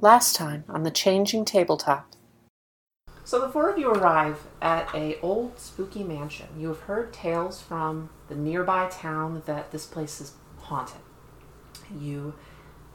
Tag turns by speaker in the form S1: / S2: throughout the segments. S1: Last time on the changing tabletop.
S2: So the four of you arrive at a old spooky mansion. You have heard tales from the nearby town that this place is haunted. You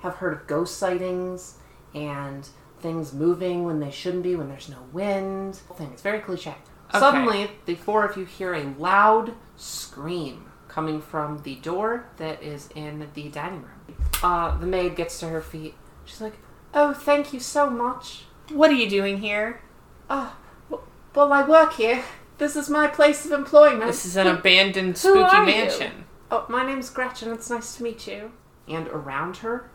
S2: have heard of ghost sightings and things moving when they shouldn't be, when there's no wind. Thing it's very cliche.
S3: Okay.
S2: Suddenly, the four of you hear a loud scream coming from the door that is in the dining room. Uh, the maid gets to her feet. She's like, "Oh, thank you so much."
S3: What are you doing here?
S2: Ah, w well, I work here. This is my place of employment.
S3: This is an abandoned
S2: Who
S3: spooky
S2: are you?
S3: mansion.
S2: Oh, my name's Gretchen. It's nice to meet you. And around her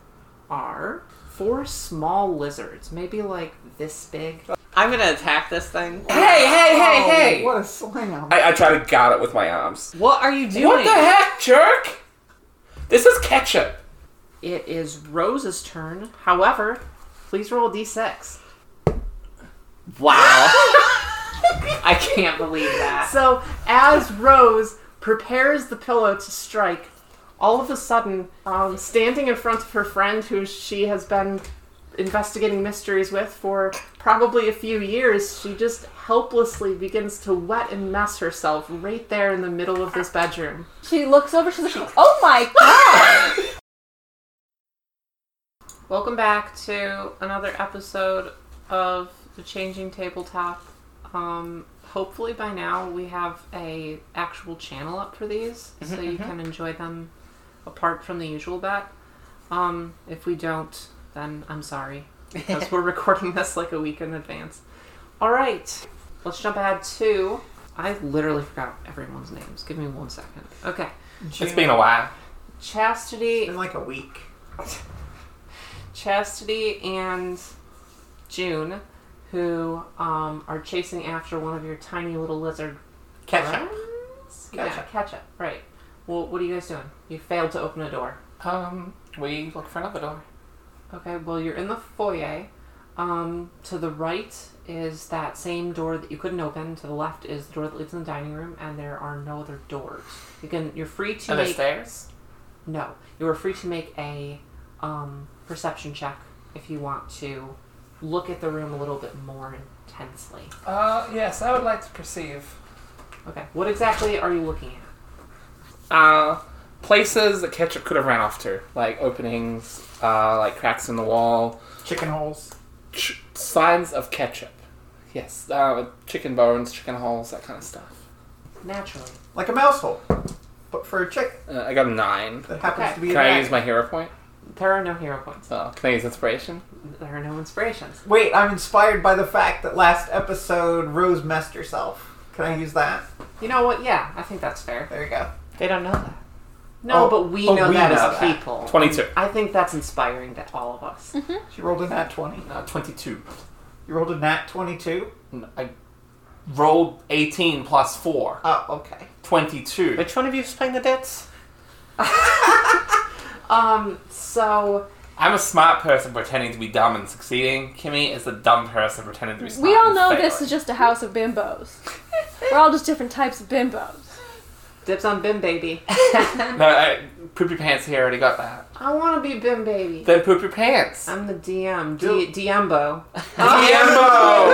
S2: are four small lizards, maybe like this big.
S3: I'm gonna attack this thing.
S4: Hey, hey, hey, hey!
S5: What a slam.
S4: I, I try to guard it with my arms.
S3: What are you doing?
S4: What the heck, jerk? This is ketchup.
S2: It is Rose's turn. However, please roll a d6.
S4: Wow.
S3: I can't believe that.
S2: So, as Rose prepares the pillow to strike, all of a sudden, um, standing in front of her friend who she has been investigating mysteries with for probably a few years, she just helplessly begins to wet and mess herself right there in the middle of this bedroom.
S6: She looks over. She's like, "Oh my god!"
S2: Welcome back to another episode of the Changing Tabletop. Um, hopefully by now we have a actual channel up for these, so you can enjoy them apart from the usual bet. Um, if we don't, then I'm sorry because we're recording this like a week in advance. All right, let's jump ahead to. I literally forgot everyone's names. Give me one second. Okay,
S4: It's been a while.
S2: Chastity
S5: In like a week.
S2: Chastity and June, who um, are chasing after one of your tiny little lizard
S4: Ketchup.
S2: friends? Yeah, ketchup. Right. Well, what are you guys doing? You failed to open a door.
S4: Um, we look for another door.
S2: Okay. Well, you're in the foyer. Um, to the right is that same door that you couldn't open. To the left is the door that leads in the dining room, and there are no other doors. You can. You're free to
S4: Are there
S2: make.
S4: stairs?
S2: No, you are free to make a um, perception check if you want to look at the room a little bit more intensely.
S4: Uh, yes, I would like to perceive.
S2: Okay, what exactly are you looking at?
S4: Uh, places that ketchup could have ran off to, like openings, uh, like cracks in the wall,
S5: Chicken holes.
S4: ch- signs of ketchup. Yes, uh, chicken bones, chicken holes, that kind of stuff.
S2: Naturally.
S5: Like a mouse hole. But for a chick
S4: Uh, I got a nine.
S5: that happens
S2: Okay.
S5: to be
S4: Can
S5: a
S4: I
S5: rat.
S4: use my hero point?
S2: There are no hero points.
S4: Oh, can I use inspiration?
S2: There are no inspirations.
S5: Wait, I'm inspired by the fact that last episode Rose messed herself. Can I use that?
S2: You know what? Yeah, I think that's fair.
S5: There you go.
S2: They don't know that. No,
S5: Oh,
S2: but we
S5: oh,
S2: know
S5: we
S2: that
S5: know
S2: as
S5: that.
S2: people.
S4: 22.
S2: I think that's inspiring to all of us.
S5: She rolled a nat 20.
S4: Uh, 22.
S5: You rolled a nat 22?
S4: N- I rolled 18 plus 4.
S5: Oh, okay.
S4: 22.
S3: Which one of you is playing the debts?
S2: um, so
S4: I'm a smart person pretending to be dumb and succeeding. Kimmy is a dumb person pretending to be smart.
S6: We all
S4: and
S6: know this
S4: failing.
S6: is just a house of bimbos. We're all just different types of bimbos.
S2: dips on Bim Baby.
S4: No, I, poop your pants here already got that.
S2: I want to be Bim Baby.
S4: Then poop your
S6: Ah.
S4: pants.
S2: I'm the DM, D- DMbo.
S4: Diembo!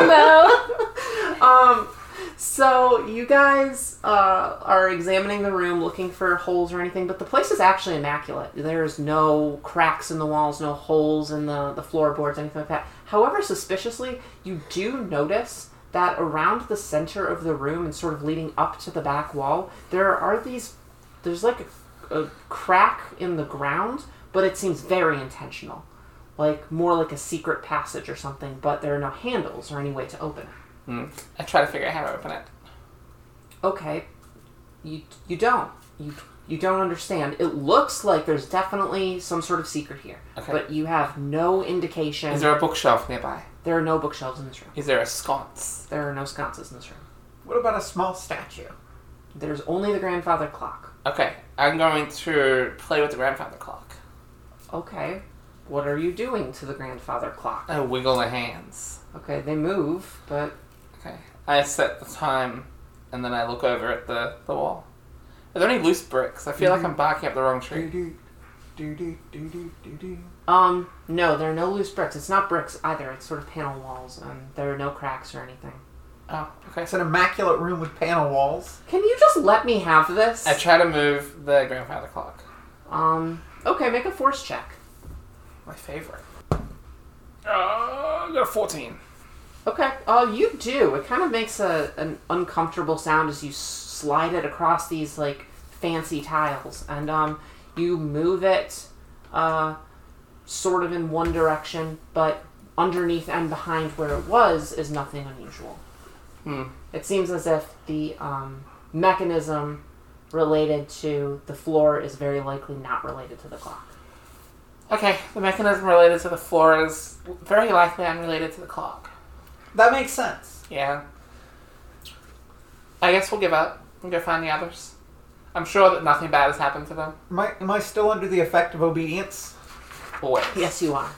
S6: Bimbo.
S2: Um, so you guys uh, are examining the room, looking for holes or anything, but the place is actually immaculate. There's no cracks in the walls, no holes in the, the floorboards, anything like that. However, suspiciously, you do notice that around the center of the room and sort of leading up to the back wall, there are these. There's like a, a crack in the ground, but it seems very intentional. Like more like a secret passage or something, but there are no handles or any way to open it.
S4: Hmm. I try to figure out how to open it.
S2: Okay, you you don't you you don't understand. It looks like there's definitely some sort of secret here,
S4: Okay.
S2: but you have no indication.
S4: Is there a bookshelf nearby?
S2: there are no bookshelves in this room.
S4: Is there a sconce?
S2: There are no sconces in this room.
S5: What about a small statue?
S2: There's only the grandfather clock.
S4: Okay, I'm going to play with the grandfather clock.
S2: Okay, what are you doing to the grandfather clock?
S4: I wiggle the hands.
S2: Okay, they move, but
S4: Okay. I set the time and then I look over at the, the wall.
S5: Mm-hmm.
S4: Are there any loose bricks? I feel like I'm barking up the wrong tree.
S5: Do do do do do do do do.
S2: Um, no, there are no loose bricks. It's not bricks either. It's sort of panel walls, and there are no cracks or anything.
S7: Oh, okay.
S5: It's an immaculate room with panel walls.
S2: Can you just let me have this?
S7: I try to move the grandfather clock.
S2: Um, okay, make a force check.
S7: My favorite. Uh, I got a 14.
S2: Okay. Oh, you do. It kind of makes a an uncomfortable sound as you s- slide it across these like fancy tiles, and um, you move it, uh, sort of in one direction, but underneath and behind where it was is nothing unusual.
S7: Hmm.
S2: It seems as if the um, mechanism related to the floor is very likely not related to the clock.
S7: Okay, the mechanism related to the floor is very likely unrelated to the clock.
S5: That makes sense.
S7: Yeah. I guess we'll give up and go find the others. I'm sure that nothing bad has happened to them.
S5: Am I, am I still under the effect of obedience?
S7: Always.
S2: Yes, you are.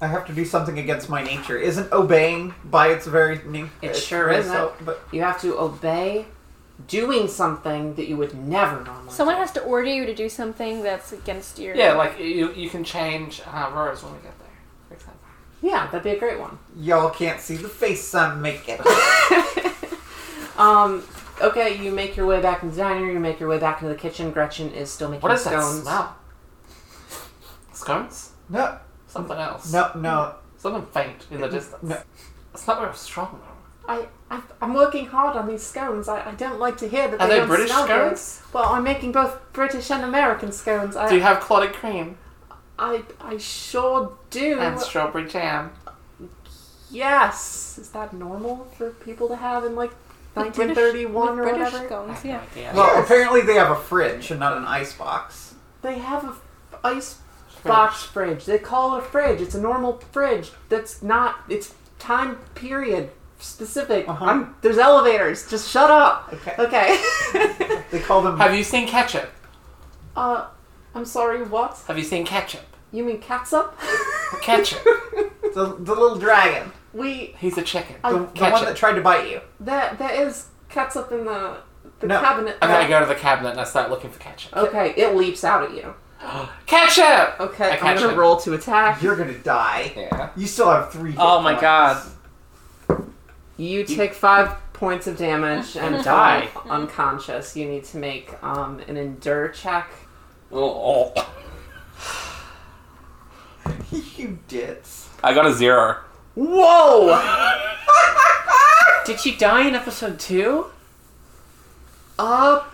S5: I have to do something against my nature. Isn't obeying by its very nature?
S2: It sure isn't.
S5: But
S2: You have to obey doing something that you would never normally.
S6: Someone
S2: do.
S6: has to order you to do something that's against your.
S7: Yeah, like you, you can change uh, rows when we get there, for example.
S2: Yeah, that'd be a great one.
S5: y'all can't see the face I'm making.
S2: Um, okay, you make your way back into the diner, you make your way back into the kitchen. Gretchen is still making
S7: What is that
S2: scones.
S7: smell? Scones?
S5: No,
S7: Something else.
S5: no, no.
S7: Something faint in the distance.
S5: No.
S7: It's not very strong though.
S2: I, I, I'm working hard on these scones. I, I don't like to hear that
S7: Are
S2: they,
S7: they
S2: don't
S7: British
S2: smell good.
S7: scones?
S2: Well, I'm making both British and American scones. I,
S7: Do you have clotted cream
S2: I, I sure do.
S7: and strawberry jam?
S2: yes. Is that normal for people to have in like
S6: With British-
S2: 1931
S6: with
S2: or
S6: British
S2: whatever?
S7: I
S4: Oh,
S6: scones,
S7: have
S6: yeah.
S7: no idea.
S5: Well, apparently they have a fridge and not an ice box.
S2: They have a f- ice box fridge. They call it a fridge. It's a normal fridge. That's not. It's time period specific.
S5: Uh-huh.
S2: I'm, there's elevators. Just shut up.
S5: Okay.
S2: Okay.
S5: They call them.
S7: Have you seen ketchup?
S2: uh, I'm sorry. What?
S7: Have you seen ketchup?
S2: You mean catsup?
S7: Ketchup.
S5: the, the little dragon.
S2: we
S7: He's a chicken.
S4: Oh,
S5: The,
S2: I-
S5: the
S7: Catch
S5: one
S7: it.
S5: that tried to bite you.
S2: there there is catsup in the the
S5: No.
S2: cabinet.
S7: I'm gonna go to the cabinet and I start looking for ketchup.
S2: Okay, it leaps out at you.
S7: Ketchup!
S2: Okay,
S7: I
S2: I'm
S7: catch
S2: gonna
S7: it.
S2: roll to attack.
S5: You're gonna die.
S7: Yeah.
S5: You still have three. hit
S4: Oh my
S5: points.
S4: god.
S2: You take five points of damage and die
S7: Die.
S2: unconscious. You need to make um, an endure check.
S4: Oh,
S5: you dits.
S4: I got a zero.
S2: Whoa!
S4: Did she die in episode two?
S2: Uh,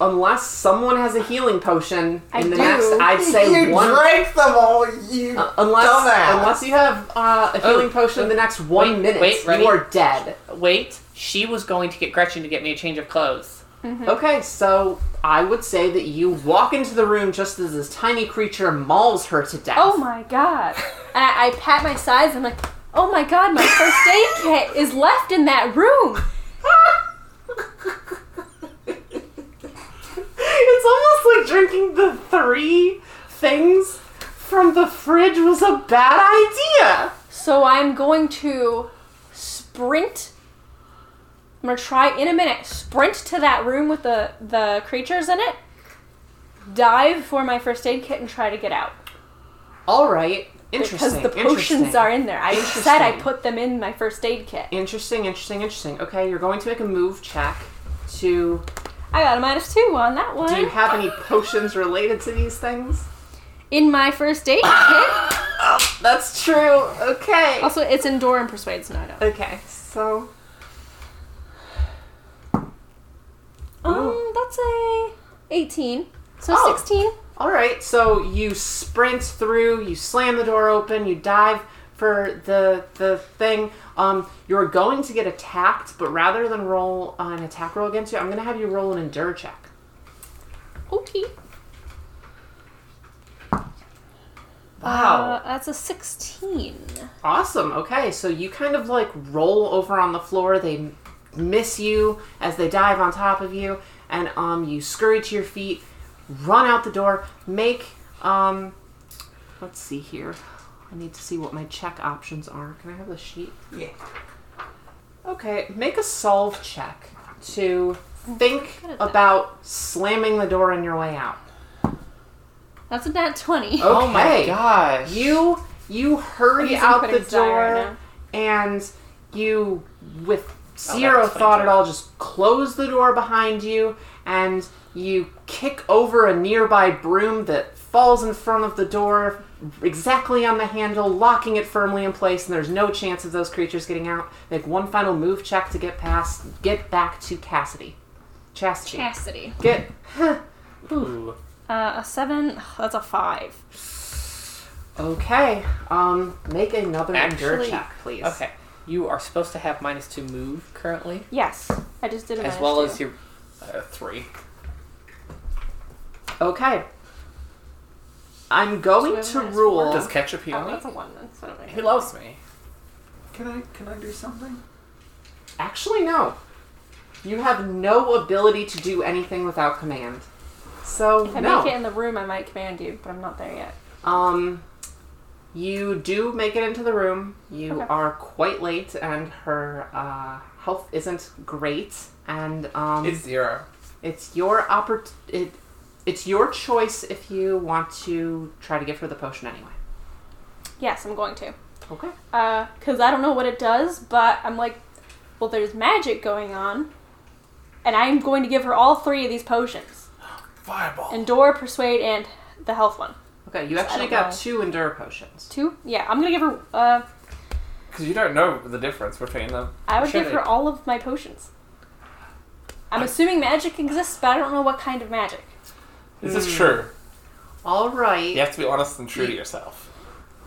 S2: unless someone has a healing potion in
S6: I
S2: the
S6: do.
S2: next, I'd say
S5: You
S2: one.
S5: drank them all. You
S2: Uh, unless
S5: dumbass.
S2: unless you have uh, a healing potion in the next one
S4: wait,
S2: minute,
S4: wait, ready?
S2: you are dead.
S4: Wait, she was going to get Gretchen to get me a change of clothes.
S2: Okay, so I would say that you walk into the room just as this tiny creature mauls her to death.
S6: Oh my god. And I, I pat my sides. I'm like, oh my god, my first aid kit is left in that room.
S2: It's almost like drinking the three things from the fridge was a bad idea.
S6: So I'm going to sprint. I'm gonna try in a minute. Sprint to that room with the the creatures in it. Dive for my first aid kit and try to get out
S2: All right,
S6: because
S2: interesting.
S6: the potions
S2: interesting.
S6: are in there. I said I
S2: Interesting.
S6: put them in my first aid kit.
S2: Interesting, interesting, interesting. Okay, you're going to make a move check to.
S6: I got a minus two on that one.
S2: Do you have any potions related to these things?
S6: in my first aid kit.
S2: That's true. Okay.
S6: Also, it's endure and persuade, so no, I don't.
S2: Okay, so.
S6: Um, that's a 18. So
S2: Oh.
S6: 16.
S2: All right, so you sprint through, you slam the door open, you dive for the the thing. Um, you're going to get attacked, but rather than roll an attack roll against you, I'm going to have you roll an endure check.
S6: Okay.
S2: Wow.
S6: Uh, that's a 16.
S2: Awesome. Okay, so you kind of like roll over on the floor. They m- miss you as they dive on top of you, and um, you scurry to your feet, run out the door. Make um, let's see here. I need to see what my check options are. Can I have the sheet?
S5: Yeah.
S2: Okay, make a solve check to think
S6: good Oh, at that.
S2: about slamming the door on your way out.
S6: That's a nat 20.
S2: Okay.
S7: Oh my gosh.
S2: You you hurry
S6: using
S2: out the
S6: Pudding's die
S2: door
S6: right now.
S2: and you with zero thought at all just close the door behind you and you kick over a nearby broom that falls in front of the door exactly on the handle locking it firmly in place and there's no chance of those creatures getting out make one final move check to get past get back to cassidy chastity
S6: Chastity.
S2: get
S7: Ooh.
S6: Uh, a 7. Ugh, That's a 5.
S2: okay um make another endure
S4: Actually-
S2: check please
S4: Okay. You are supposed to have minus two move currently,
S6: Yes. I just did a
S4: as
S6: minus
S4: well
S6: two.
S4: as your.
S7: Uh, three.
S2: Okay. I'm going
S6: So
S2: to
S6: we have
S2: rule.
S7: Does ketchup heal
S6: Oh,
S7: me?
S6: that's a 1 then. So I don't make
S7: He
S6: it.
S7: loves me.
S5: Can I can I do something?
S2: Actually, no. You have no ability to do anything without command. So
S6: If I
S2: no.
S6: make it in the room, I might command you, but I'm not there yet.
S2: Um, you do make it into the room. You
S6: Okay.
S2: are quite late, and her uh, health isn't great. And um,
S7: It's zero.
S2: it's your oppor- it, It's your choice if you want to try to give her the potion anyway.
S6: Yes, I'm going to.
S2: Okay.
S6: because I don't know what it does, but I'm like, well, there's magic going on, and I'm going to give her all three of these potions:
S7: Fireball.
S6: endure, persuade, and the health one.
S2: Okay. You
S6: So I
S2: actually
S6: don't
S2: got
S6: know.
S2: two endure potions.
S6: Two? Yeah, I'm gonna give her. Uh,
S7: Because you don't know the difference between them.
S6: I would
S4: Sure
S6: give
S4: they-
S6: her all of my potions. I'm assuming magic exists, but I don't know what kind of magic.
S7: This
S4: Hmm.
S7: is true.
S2: All right.
S7: You have to be honest and true to yourself.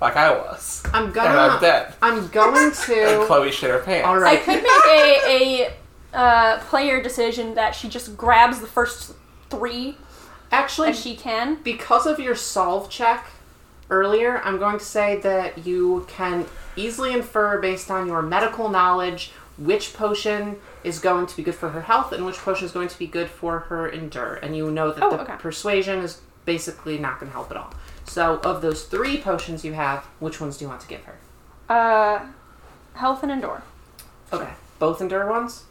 S7: Like I was.
S2: I'm gonna.
S7: And I'm dead.
S2: I'm going
S7: And
S2: to.
S7: Chloe shit her pants.
S2: All
S6: I
S2: right.
S6: could make a a uh, player decision that she just grabs the first three
S2: Actually,
S6: that she can.
S2: because of your solve check earlier, I'm going to say that you can easily infer based on your medical knowledge which potion is going to be good for her health and which potion is going to be good for her endure. And you know that
S6: Oh,
S2: the
S6: okay.
S2: persuasion is basically not going to help at all. So, of those three potions you have, which ones do you want to give her?
S6: Uh, health and endure,
S2: Okay. Both endure ones?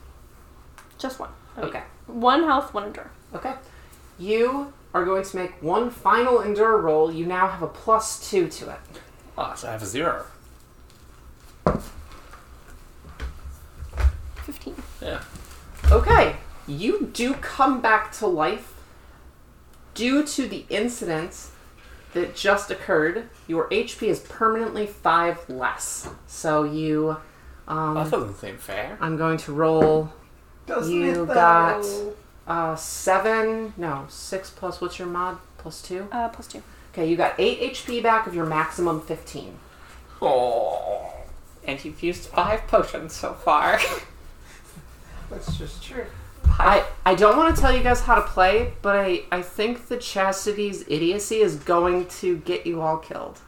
S6: just one.
S2: Okay.
S6: One health, one endure.
S2: Okay. You are going to make one final endure roll. You now have a plus two to it.
S7: Ah, so I have a zero.
S6: 15.
S7: Yeah.
S2: Okay, you do come back to life due to the incident that just occurred. Your HP is permanently five less. So you,
S7: That
S2: um,
S7: doesn't seem fair.
S2: I'm going to roll
S5: Doesn't
S2: You
S5: it though?
S2: got- uh, seven, no, six plus what's your mod? Plus two?
S6: Uh, plus two.
S2: Okay, you got eight HP back of your maximum 15.
S7: Oh.
S4: And you've used five potions so far.
S5: That's just true.
S2: I, I don't want to tell you guys how to play, but I, I think the Chastity's idiocy is going to get you all killed.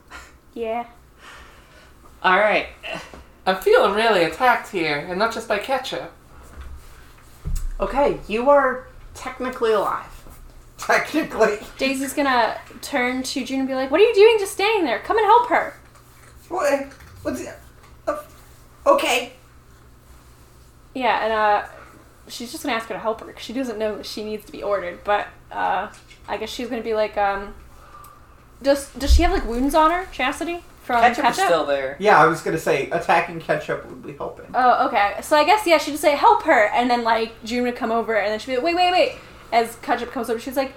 S6: Yeah.
S4: All right.
S7: I'm feeling really attacked here, and not just by ketchup.
S2: Okay, you are technically alive.
S5: Technically,
S6: Daisy's gonna turn to June and be like, What are you doing just standing there? Come and help her.
S5: what? What's it? uh, Okay.
S6: Yeah, and uh, she's just gonna ask her to help her because she doesn't know that she needs to be ordered, but uh, I guess she's gonna be like, um, does, does she have like wounds on her, Chastity? From ketchup?
S4: Ketchup is still there.
S5: Yeah, I was gonna say attacking ketchup would be helping.
S6: Oh, okay. So I guess, yeah, she'd just say, Help her. And then like June would come over and then she'd be like, Wait, wait, wait. As Ketchup comes over, she's like,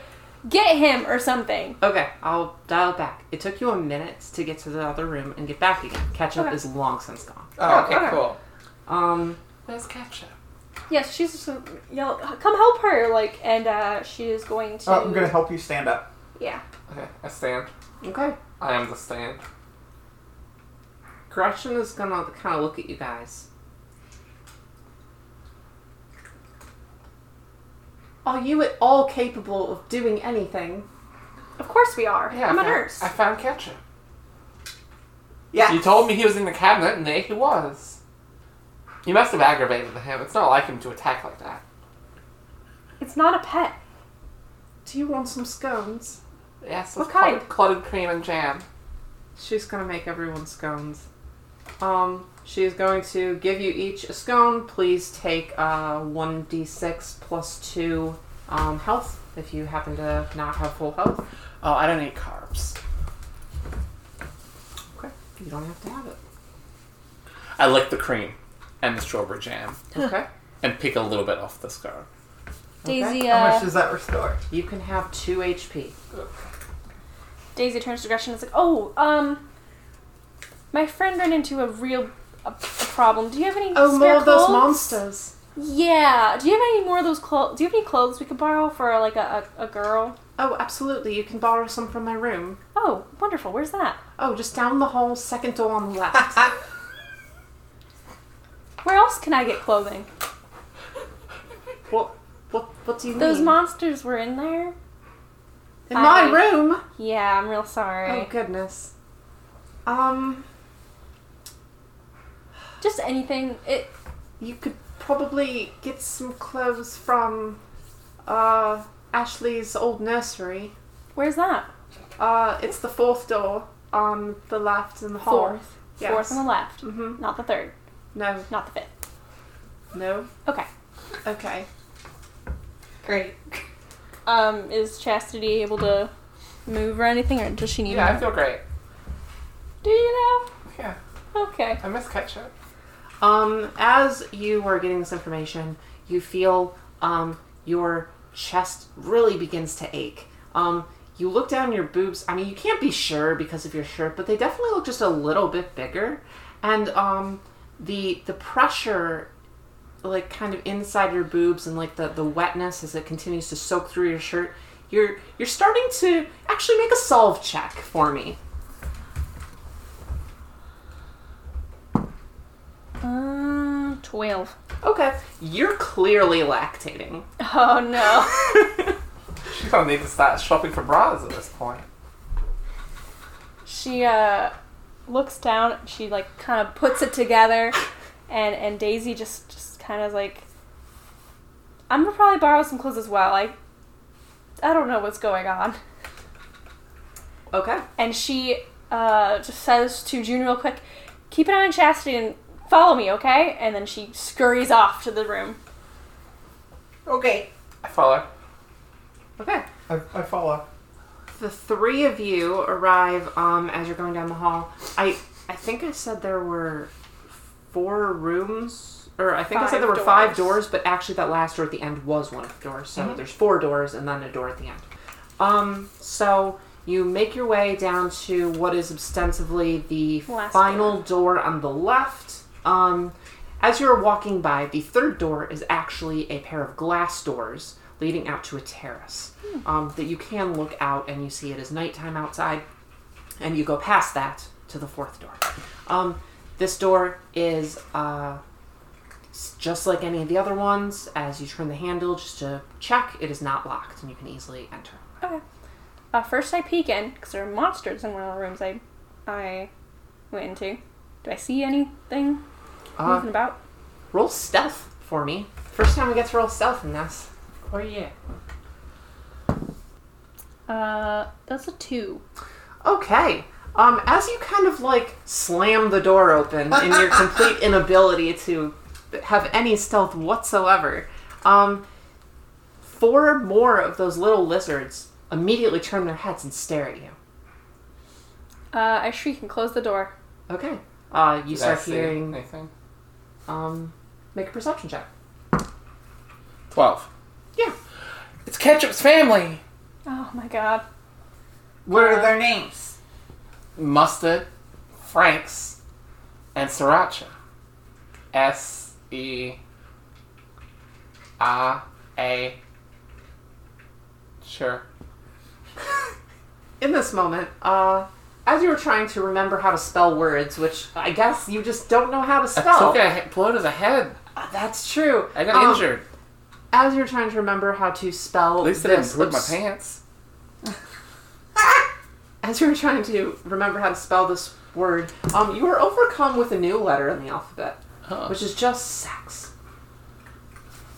S6: Get him or something.
S2: Okay, I'll dial back. It took you a minute to get to the other room and get back again. Ketchup
S6: Okay.
S2: is long since gone.
S7: Oh, okay,
S2: whatever.
S7: cool.
S2: Um,
S7: Where's ketchup?
S6: Yes, she's just gonna yell, come help her, like, and uh, she is going to.
S5: Oh, I'm gonna help you stand up.
S6: Yeah.
S7: Okay, I stand.
S2: okay.
S7: I am the stand.
S2: Gretchen is gonna kind of look at you guys. Are you at all capable of doing anything?
S6: Of course we are.
S7: Yeah, I
S6: I'm a
S7: found-
S6: nurse.
S7: I found ketchup.
S5: Yeah.
S7: You told me he was in the cabinet, and there he was. You must have aggravated him. It's not like him to attack like that.
S6: It's not a pet.
S2: Do you want some scones?
S7: Yes,
S6: What
S7: it's clotted-
S6: kind?
S7: Clotted cream and jam.
S2: She's gonna make everyone scones. Um, she is going to give you each a scone. Please take uh, 1d6 plus 2 um, health if you happen to not have full health.
S4: Oh, I don't need carb.
S2: corpse. Okay, you don't have to have it.
S7: I lick the cream and the strawberry jam
S2: Okay,
S7: and pick a little bit off the scar.
S6: Daisy,
S5: How much
S6: uh,
S5: does that restore?
S2: you can have two HP.
S6: Daisy turns to Gretchen and is like, "Oh, um, my friend ran into a real a, a problem. Do you have any
S2: Oh,
S6: spare clothes?
S2: monsters.
S6: Yeah. Do you have any more of those clothes? Do you have any clothes we could borrow for like a, a, a girl?
S2: Oh, absolutely. You can borrow some from my room.
S6: Oh, wonderful. Where's that?
S2: Oh, just down the hall, second door on the left.
S6: Where else can I get clothing?
S2: what? What? What do you
S6: Those
S2: mean?
S6: monsters were in there.
S2: In my
S6: I-
S2: room.
S6: Yeah, I'm real sorry.
S2: Oh goodness. Um,
S6: Just anything. It.
S2: you could probably get some clothes from uh Ashley's old nursery.
S6: Where's that?
S2: Uh, it's the fourth door on the left in the hall.
S6: Fourth.
S2: Yes.
S6: Fourth on the left.
S2: Mhm.
S6: Not the third.
S2: No.
S6: Not the fifth.
S2: No.
S6: Okay.
S2: Okay.
S1: Great.
S6: Um, is Chastity able to move or anything, or does she need?
S7: Yeah, I
S6: help?
S7: feel great.
S6: Do you
S7: Yeah,
S6: know? Okay.
S7: I miss ketchup.
S2: Um, as you are getting this information, you feel um, your chest really begins to ache. Um, you look down your boobs. I mean, you can't be sure because of your shirt, but they definitely look just a little bit bigger. And um, the the pressure, like kind of inside your boobs, and like the the wetness as it continues to soak through your shirt. You're you're starting to actually make a solve check for me.
S6: Um, twelve.
S2: Okay, you're clearly lactating.
S6: Oh no.
S7: She's gonna need to start shopping for bras at this point.
S6: she uh looks down. She like kind of puts it together, and and Daisy just just kind of like. I'm gonna probably borrow some clothes as well. I. I don't know what's going on.
S2: Okay.
S6: and she uh, just says to June real quick, "Keep an eye on Chastity and follow me, okay?" And then she scurries off to the room.
S5: Okay.
S7: I follow.
S2: Okay.
S5: I, I follow.
S2: the three of you arrive um, as you're going down the hall. I I think I said there were four rooms, or I think I said
S6: Five
S2: there were five
S6: doors.
S2: doors, but actually that last door at the end was one of the doors. So there's four doors and then a door at the end. Um, so you make your way down to what is ostensibly the
S6: Last
S2: final door on the left. Um, as you're walking by, the third door is actually a pair of glass doors leading out to a terrace um, that you can look out and you see it is nighttime outside, and you go past that to the fourth door. Um, this door is uh, s- just like any of the other ones. As you turn the handle just to Uh, check, it is not locked and you can easily enter.
S6: Okay. Uh, first, I peek in because there are monsters in one of the rooms I, I went into. Do I see anything
S2: Uh,
S6: moving about?
S2: roll stealth for me. First time we get to roll stealth in this.
S4: Oh yeah.
S6: Uh, that's a two.
S2: Okay. Um, as you kind of like slam the door open in your complete inability to have any stealth whatsoever, um, four more of those little lizards immediately turn their heads and stare at you.
S6: Uh, I shriek and close the door.
S2: Okay. Uh, you
S7: Did I
S2: start
S7: see
S2: hearing.
S7: anything?
S2: Um, make a perception check.
S7: Twelve.
S2: Yeah.
S7: It's ketchup's family.
S6: Oh my god.
S5: What are their names?
S7: Mustard, Franks, and Sriracha. S E R A. Sure.
S2: in this moment, uh, as you were trying to remember how to spell words, which I guess you just don't know how to
S7: I
S2: spell.
S7: took a he- blow to the head.
S2: Uh, That's true.
S7: I got
S2: Um,
S7: injured.
S2: As you're trying to remember how to spell
S7: At least I
S2: this
S7: didn't rip my
S2: obs-
S7: pants.
S2: As you're trying to remember how to spell this word, um, you are overcome with a new letter in the alphabet,
S7: Oh,
S2: which is just sex.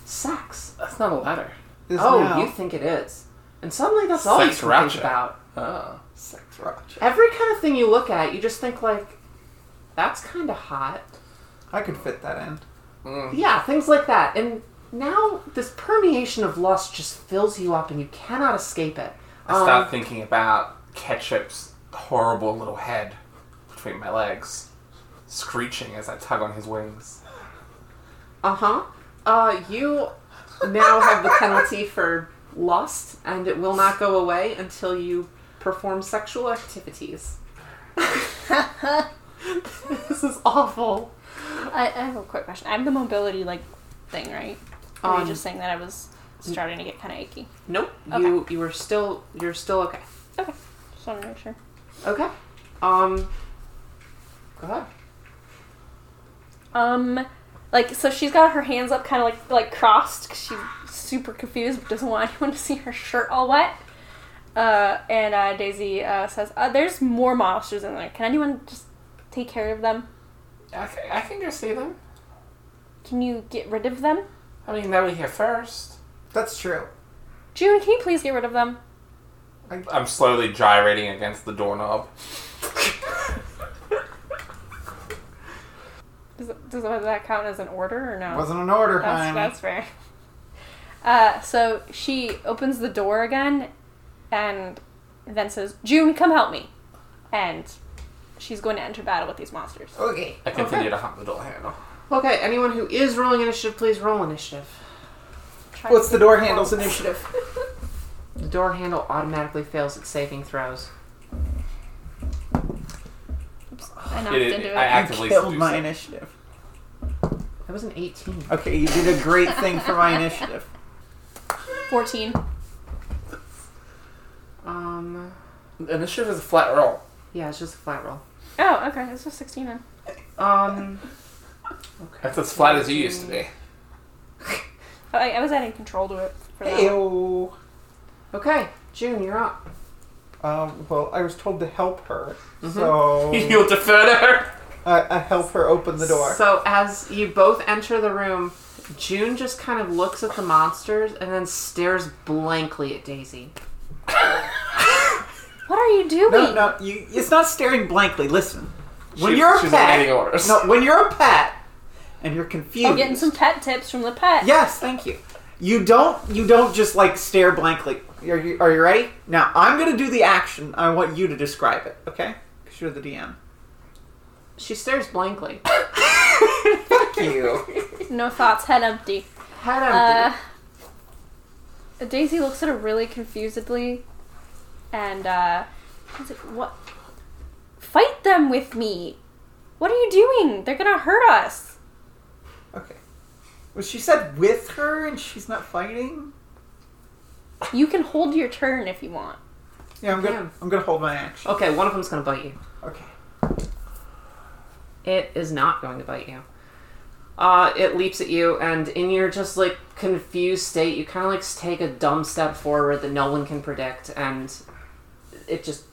S2: Sex.
S7: that's not a letter.
S5: Is
S2: Oh,
S5: now-
S2: you think it is. And suddenly that's all you can
S7: Sexrotcha.
S2: think about.
S7: Oh.
S5: Sex rocket.
S2: Every kind of thing you look at, you just think like, that's kind of hot.
S5: I could fit that in.
S7: Mm.
S2: Yeah, things like that. And now this permeation of lust just fills you up and you cannot escape it.
S7: I
S2: Um,
S7: start thinking about Ketchup's horrible little head between my legs, screeching as I tug on his wings.
S2: Uh-huh. Uh you now have the penalty for lust and it will not go away until you perform sexual activities. this is awful.
S6: I, I have a quick question. I have the mobility like thing, right? Or were
S2: Um,
S6: you just saying that I was starting to get kind of achy?
S2: Nope.
S6: Okay.
S2: You you are still you're still okay.
S6: Okay, just wanted to make sure.
S2: Okay. Um Go ahead.
S6: Um, like so, she's got her hands up, kind of like like crossed, 'cause she's super confused, but doesn't want anyone to see her shirt all wet. Uh, and uh, Daisy uh, says, uh, "There's more monsters in there. Can anyone just take care of them?
S7: I, c- I can go see them.
S6: Can you get rid of them?
S7: I mean, they were here first.
S5: That's true.
S6: June, can you please get rid of them?
S7: I'm slowly gyrating against the doorknob.
S6: Does, does that count as an order or no?
S5: Wasn't an order,
S6: That's,
S5: honey.
S6: that's fair. Uh, so she opens the door again and then says, June, come help me. And she's going to enter battle with these monsters.
S5: Okay.
S7: I continue to hump the door handle.
S2: Okay, anyone who is rolling initiative, please roll initiative.
S6: Try
S5: What's
S6: to-
S5: the door handles initiative?
S2: The door handle automatically fails at saving throws.
S6: I knocked
S7: It, it-
S6: into it.
S7: I
S5: You
S7: actively
S5: killed
S7: seduce
S5: my
S7: it.
S5: initiative.
S2: That was an 18.
S5: Okay, you did a great thing for my initiative.
S6: 14.
S2: Um,
S7: Initiative is a flat roll.
S2: yeah, it's just a flat roll.
S6: Oh, okay. This was 16 then.
S2: Um,
S7: That's as flat as you used to be.
S6: Oh, I, I was adding control to it for that. one.
S5: Heyo.
S2: okay, June, you're up.
S5: Um, well, I was told to help her, so
S7: You'll defer to her.
S5: I, I help her open the door.
S2: So as you both enter the room, June just kind of looks at the monsters and then stares blankly at Daisy.
S6: What are you doing?
S5: No, no, you, it's not staring blankly. Listen, when
S7: She-
S5: you're a
S7: she's
S5: pet,
S7: evading orders.
S5: no, when you're a pet, and you're confused.
S6: I'm getting some pet tips from the pet.
S5: Yes, thank you. You don't you don't just like stare blankly. Are you, are you ready? Now I'm gonna do the action. I want you to describe it, okay? Because you're the DM.
S2: She stares blankly.
S5: Thank you.
S6: No thoughts, head empty.
S2: Head
S6: Uh,
S2: empty.
S6: Daisy looks at her really confusedly, and uh, she's like, "What? Fight them with me! What are you doing? They're gonna hurt us!"
S5: okay. Well, she said with her, and she's not fighting.
S6: You can hold your turn if you want.
S5: Yeah, I'm gonna
S2: Yeah.
S5: I'm gonna hold my action.
S2: okay, one of them's gonna bite you.
S5: Okay.
S2: It is not going to bite you. Uh, it leaps at you, and in your just like confused state, you kind of like take a dumb step forward that no one can predict, and it just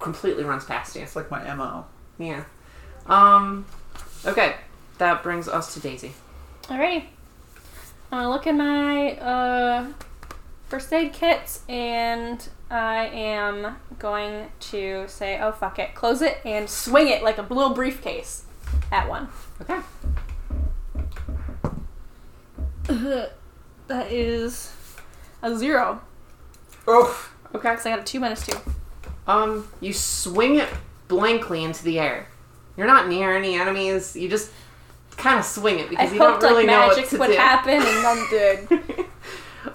S2: completely runs past you.
S5: It's like my mo.
S2: Yeah. Um. Okay, that brings us to Daisy.
S6: Alrighty. I'm gonna look in my uh, first aid kits, and I am going to say, "Oh fuck it!" Close it and swing it like a little briefcase at one.
S2: Okay.
S6: that is a zero.
S5: Oh,
S2: Okay.
S6: Because I got a two minus two.
S2: Um, you swing it blankly into the air. You're not near any enemies. You just kind of swing it
S6: I
S2: because you don't
S6: hoped
S2: really
S6: like magic
S2: know
S6: would
S2: what to do.
S6: happen, and none did.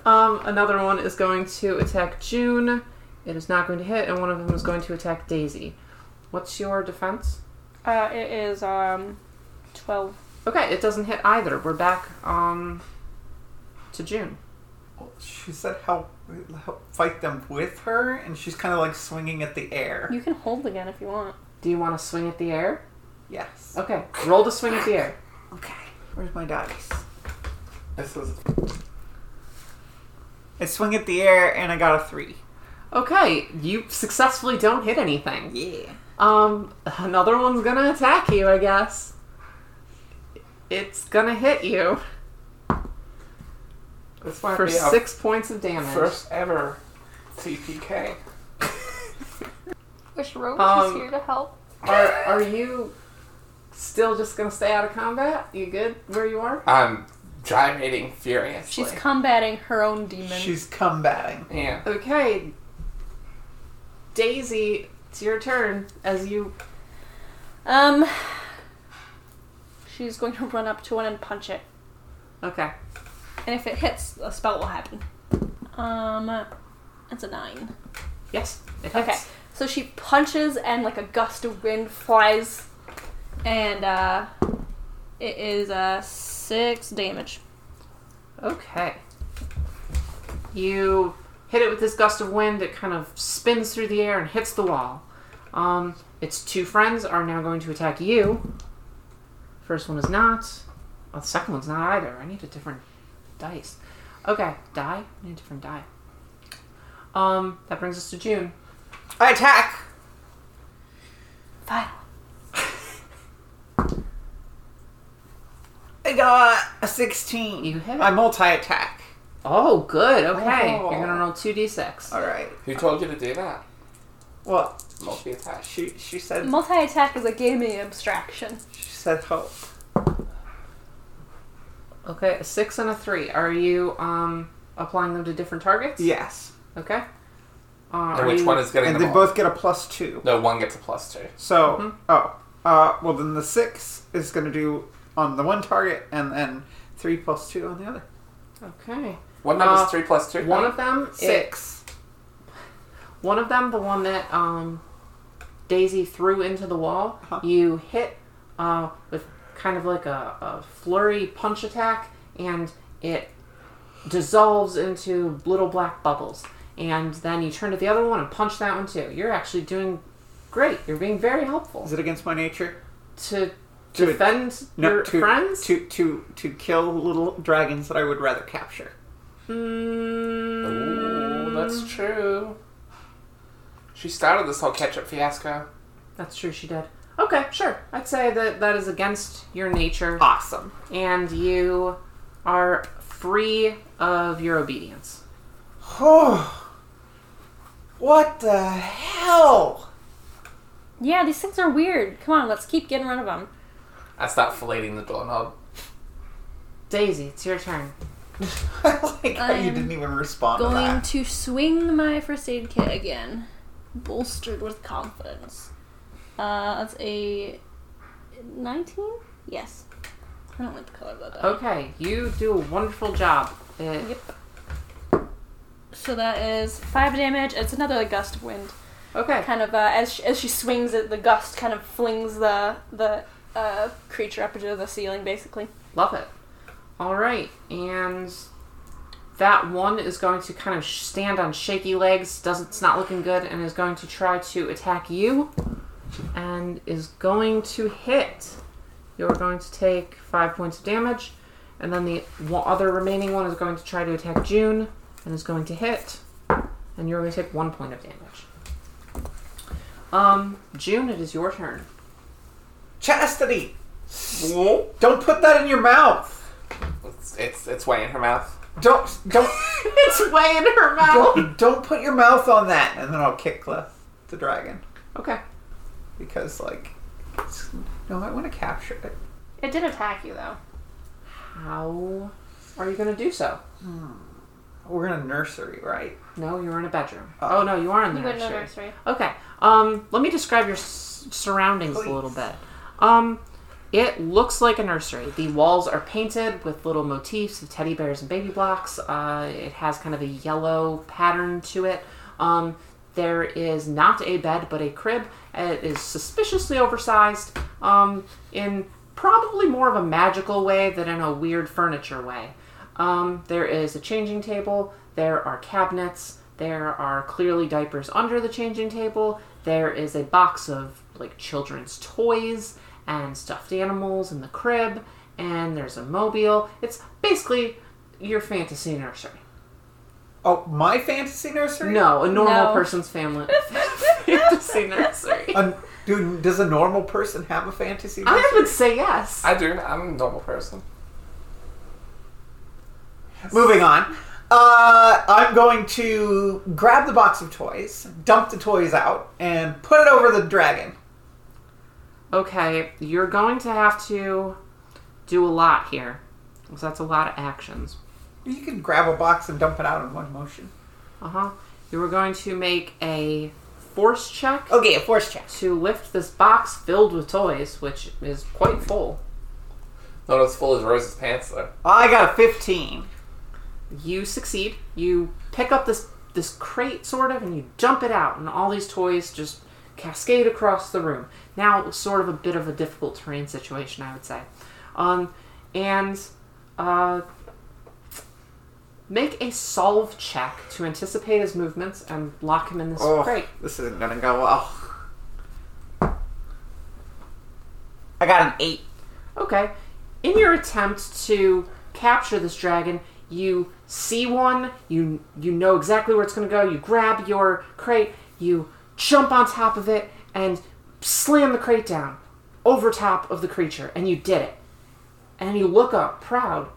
S2: Um, another one is going to attack June. It is not going to hit, and one of them is going to attack Daisy. What's your defense?
S6: Uh, it is um, twelve.
S2: Okay, it doesn't hit either. We're back um to June.
S5: she said help help fight them with her, and she's kind of like swinging at the air.
S6: You can hold again if you want.
S2: Do you want to swing at the air?
S5: Yes.
S2: Okay, roll to swing at the air.
S5: Okay. Oh, Where's my dice?
S7: This is
S5: I swing at the air, and I got a three.
S2: Okay, you successfully don't hit anything.
S5: Yeah.
S2: Um, another one's gonna attack you, I guess. It's gonna hit you
S7: this might
S2: for
S7: be our
S2: six points of damage.
S7: first ever TPK.
S6: Wish Roach
S2: was Um, here
S6: to help.
S2: Are are you still just gonna stay out of combat? You good where you are?
S7: I'm gyrating furiously.
S6: She's combating her own demon.
S5: She's combating.
S7: yeah.
S2: Okay. Daisy, it's your turn as you.
S6: Um, she's going to run up to one and punch it,
S2: Okay.
S6: and if it hits, a spell will happen. Um, that's a nine.
S2: Yes. It hits.
S6: Okay, so she punches, and like a gust of wind flies, and uh, it is uh six damage.
S2: Okay. You hit it with this gust of wind. It kind of spins through the air and hits the wall. Um, its two friends are now going to attack you. First one is not. Well, the second one's not either. I need a different dice. Okay, die. I need a different die. Um, that brings us to June.
S5: I attack.
S6: Fine.
S5: I got a 16.
S2: You hit it.
S5: I multi attack.
S2: Oh, good. Okay,
S5: Oh.
S2: you're gonna roll two d6.
S5: Alright.
S7: Who told you to do that?
S5: Well,
S7: Multi attack.
S5: she she said
S6: Multi attack is a gaming abstraction.
S5: she said help.
S2: Okay, a six and a three. Are you um applying them to different targets?
S5: Yes.
S2: Okay. Uh, are
S7: And which
S2: you-
S7: one is getting
S5: And
S7: the
S5: they
S7: ball?
S5: both get a plus two.
S7: No, one gets a plus two.
S5: So,
S2: Mm-hmm.
S5: oh, uh, well then the six is going to do on the one target, and then three plus two on the other.
S2: Okay.
S7: One number's
S2: Uh,
S7: three plus two.
S2: One of them it-
S5: Six.
S2: one of them, the one that um, Daisy threw into the wall.
S5: Uh-huh.
S2: You hit uh, with kind of like a, a flurry punch attack, and it dissolves into little black bubbles. And then you turn to the other one and punch that one too. You're actually doing great. You're being very helpful
S5: Is it against my nature?
S2: to
S5: To-
S2: defend your
S5: to,
S2: friends.
S5: to to to kill little dragons that I would rather capture.
S2: Mm,
S7: Ooh, that's true. She started this whole ketchup fiasco.
S2: that's true. She did. Okay, sure. I'd say that that is against your nature.
S5: Awesome.
S2: and you are free of your obedience.
S5: Oh, what the hell?
S6: Yeah, these things are weird. Come on, let's keep getting rid of them.
S7: I start filleting the doorknob.
S2: Daisy, it's your turn.
S5: I like how you
S6: I'm
S5: didn't even respond to
S6: Going
S5: that.
S6: to swing my first aid kit again, bolstered with confidence. Uh, that's a 19? Yes. I don't like the color of that. die.
S2: Okay, you do a wonderful job. Uh, It-
S6: Yep. So that is 5 damage. It's another like, gust of wind.
S2: Okay,
S6: Kind of, uh, as, she, as she swings it, the gust kind of flings the, the uh, creature up into the ceiling, basically.
S2: love it. All right, and that one is going to kind of sh- stand on shaky legs. Doesn't it's not looking good, and is going to try to attack you, and is going to hit. You're going to take five points of damage, and then the wa- other remaining one is going to try to attack June, and is going to hit, and you're going to take one point of damage. Um, June, it is your turn.
S5: Chastity. Don't put that in your mouth.
S7: It's, it's, it's way in her mouth.
S5: Don't don't
S2: it's way in her mouth.
S5: don't don't put your mouth on that. And then I'll kick the the dragon
S2: Okay.
S5: because like it's- no, I want to capture it.
S6: It did attack you, though.
S2: How are you going to do so?
S5: We're in a nursery, right?
S2: No, you're in a bedroom. Oh, no, you are in
S5: Mm-hmm.
S2: the
S6: You went
S2: nursery.
S6: to nursery.
S2: Okay. Um, let me describe your s- surroundings
S5: Please.
S2: a little bit. Um, it looks like a nursery. The walls are painted with little motifs of teddy bears and baby blocks. Uh, it has kind of a yellow pattern to it. Um, there is not a bed, but a crib. It is suspiciously oversized um, in probably more of a magical way than in a weird furniture way. Um, there is a changing table. There are cabinets. There are clearly diapers under the changing table. There is a box of like children's toys and stuffed animals in the crib. And there's a mobile. It's basically your fantasy nursery.
S5: Oh, my fantasy nursery.
S2: No, a normal
S6: No.
S2: person's family fantasy nursery.
S5: A, dude, does a normal person have a fantasy nursery?
S2: I would say yes.
S7: I do. I'm a normal person.
S5: Moving on. Uh, I'm going to grab the box of toys, dump the toys out, and put it over the dragon.
S2: Okay, you're going to have to do a lot here. Because that's a lot of actions.
S5: You can
S2: Uh-huh.
S5: grab a box and dump it out in one motion.
S2: Uh huh. You were going to make a force check
S5: Okay, a force check.
S2: to lift this box filled with toys, which is quite full.
S7: Not as full as Rose's pants though.
S5: I got a 15.
S2: You succeed. You pick up this this crate sort of, and you jump it out, and all these toys just cascade across the room. Now it was sort of a bit of a difficult terrain situation, I would say. Um, and uh, make a solve check to anticipate his movements and lock him in this
S5: Oh,
S2: crate.
S5: this isn't gonna go well. I got an 8.
S2: Okay. In your attempt to capture this dragon, you see one, you you know exactly where it's going to go, you grab your crate, you jump on top of it and slam the crate down over top of the creature and you did it. And you look up proud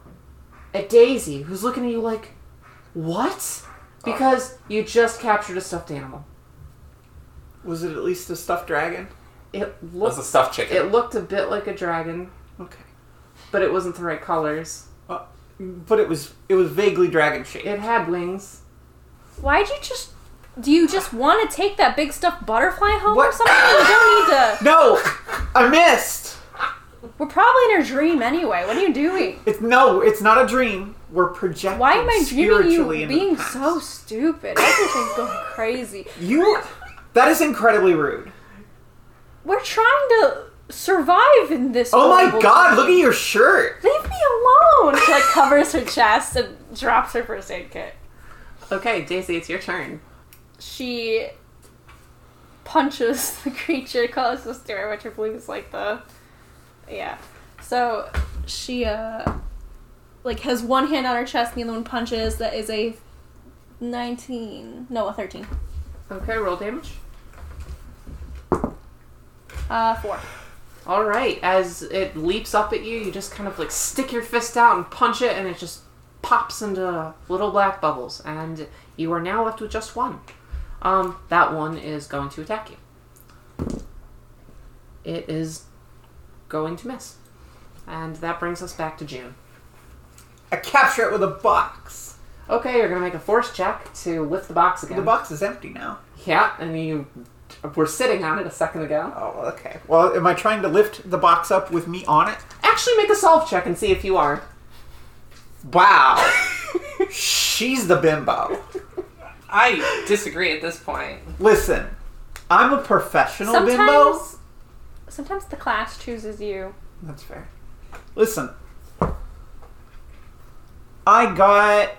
S2: at Daisy who's looking at you like, "What?" Because you just captured a stuffed animal.
S5: Was it at least a stuffed dragon?
S2: It
S7: That's a
S2: looked
S7: stuffed chicken.
S2: it looked a bit like a dragon,
S5: Okay.
S2: but it wasn't the right colors.
S5: Uh, but it was it was vaguely dragon shaped.
S2: It had wings.
S6: Why'd you just? Do you just want to take that big stuffed butterfly home or
S5: What?
S6: something? You don't need to.
S5: no, I missed.
S6: We're probably in a dream anyway. What are you doing?
S5: It's no, it's not a dream. We're projecting.
S6: Why am I dreaming you
S5: spiritually into the
S6: being
S5: past.
S6: so stupid? Everything's going crazy.
S5: You, that is incredibly rude.
S6: We're trying to survive in this.
S5: Oh my
S6: horrible
S5: god,
S6: time.
S5: look at your shirt.
S6: Leave me alone! She like covers her chest and drops her first aid kit.
S2: Okay, Daisy, it's your turn.
S6: She punches the creature closest to her, which I believe is like the yeah. So she uh like has one hand on her chest, and the other one punches. That is a nineteen, no, a thirteen.
S2: Okay, roll damage.
S6: Uh, four.
S2: All right, as it leaps up at you, you just kind of like stick your fist out and punch it, and it just pops into little black bubbles, and you are now left with just one. Um, that one is going to attack you. It is going to miss, and that brings us back to June.
S5: I capture it with a box.
S2: Okay, you're gonna make a force check to lift the box again.
S5: The box is empty now.
S2: Yeah, and you were sitting on it a second ago.
S5: Oh, okay. Well, am I trying to lift the box up with me on it?
S2: Actually, make a solve check and see if you are.
S5: Wow. She's the bimbo.
S4: I disagree at this point.
S5: Listen, I'm a professional bimbo.
S6: Sometimes, sometimes the class chooses you.
S5: That's fair. Listen, I got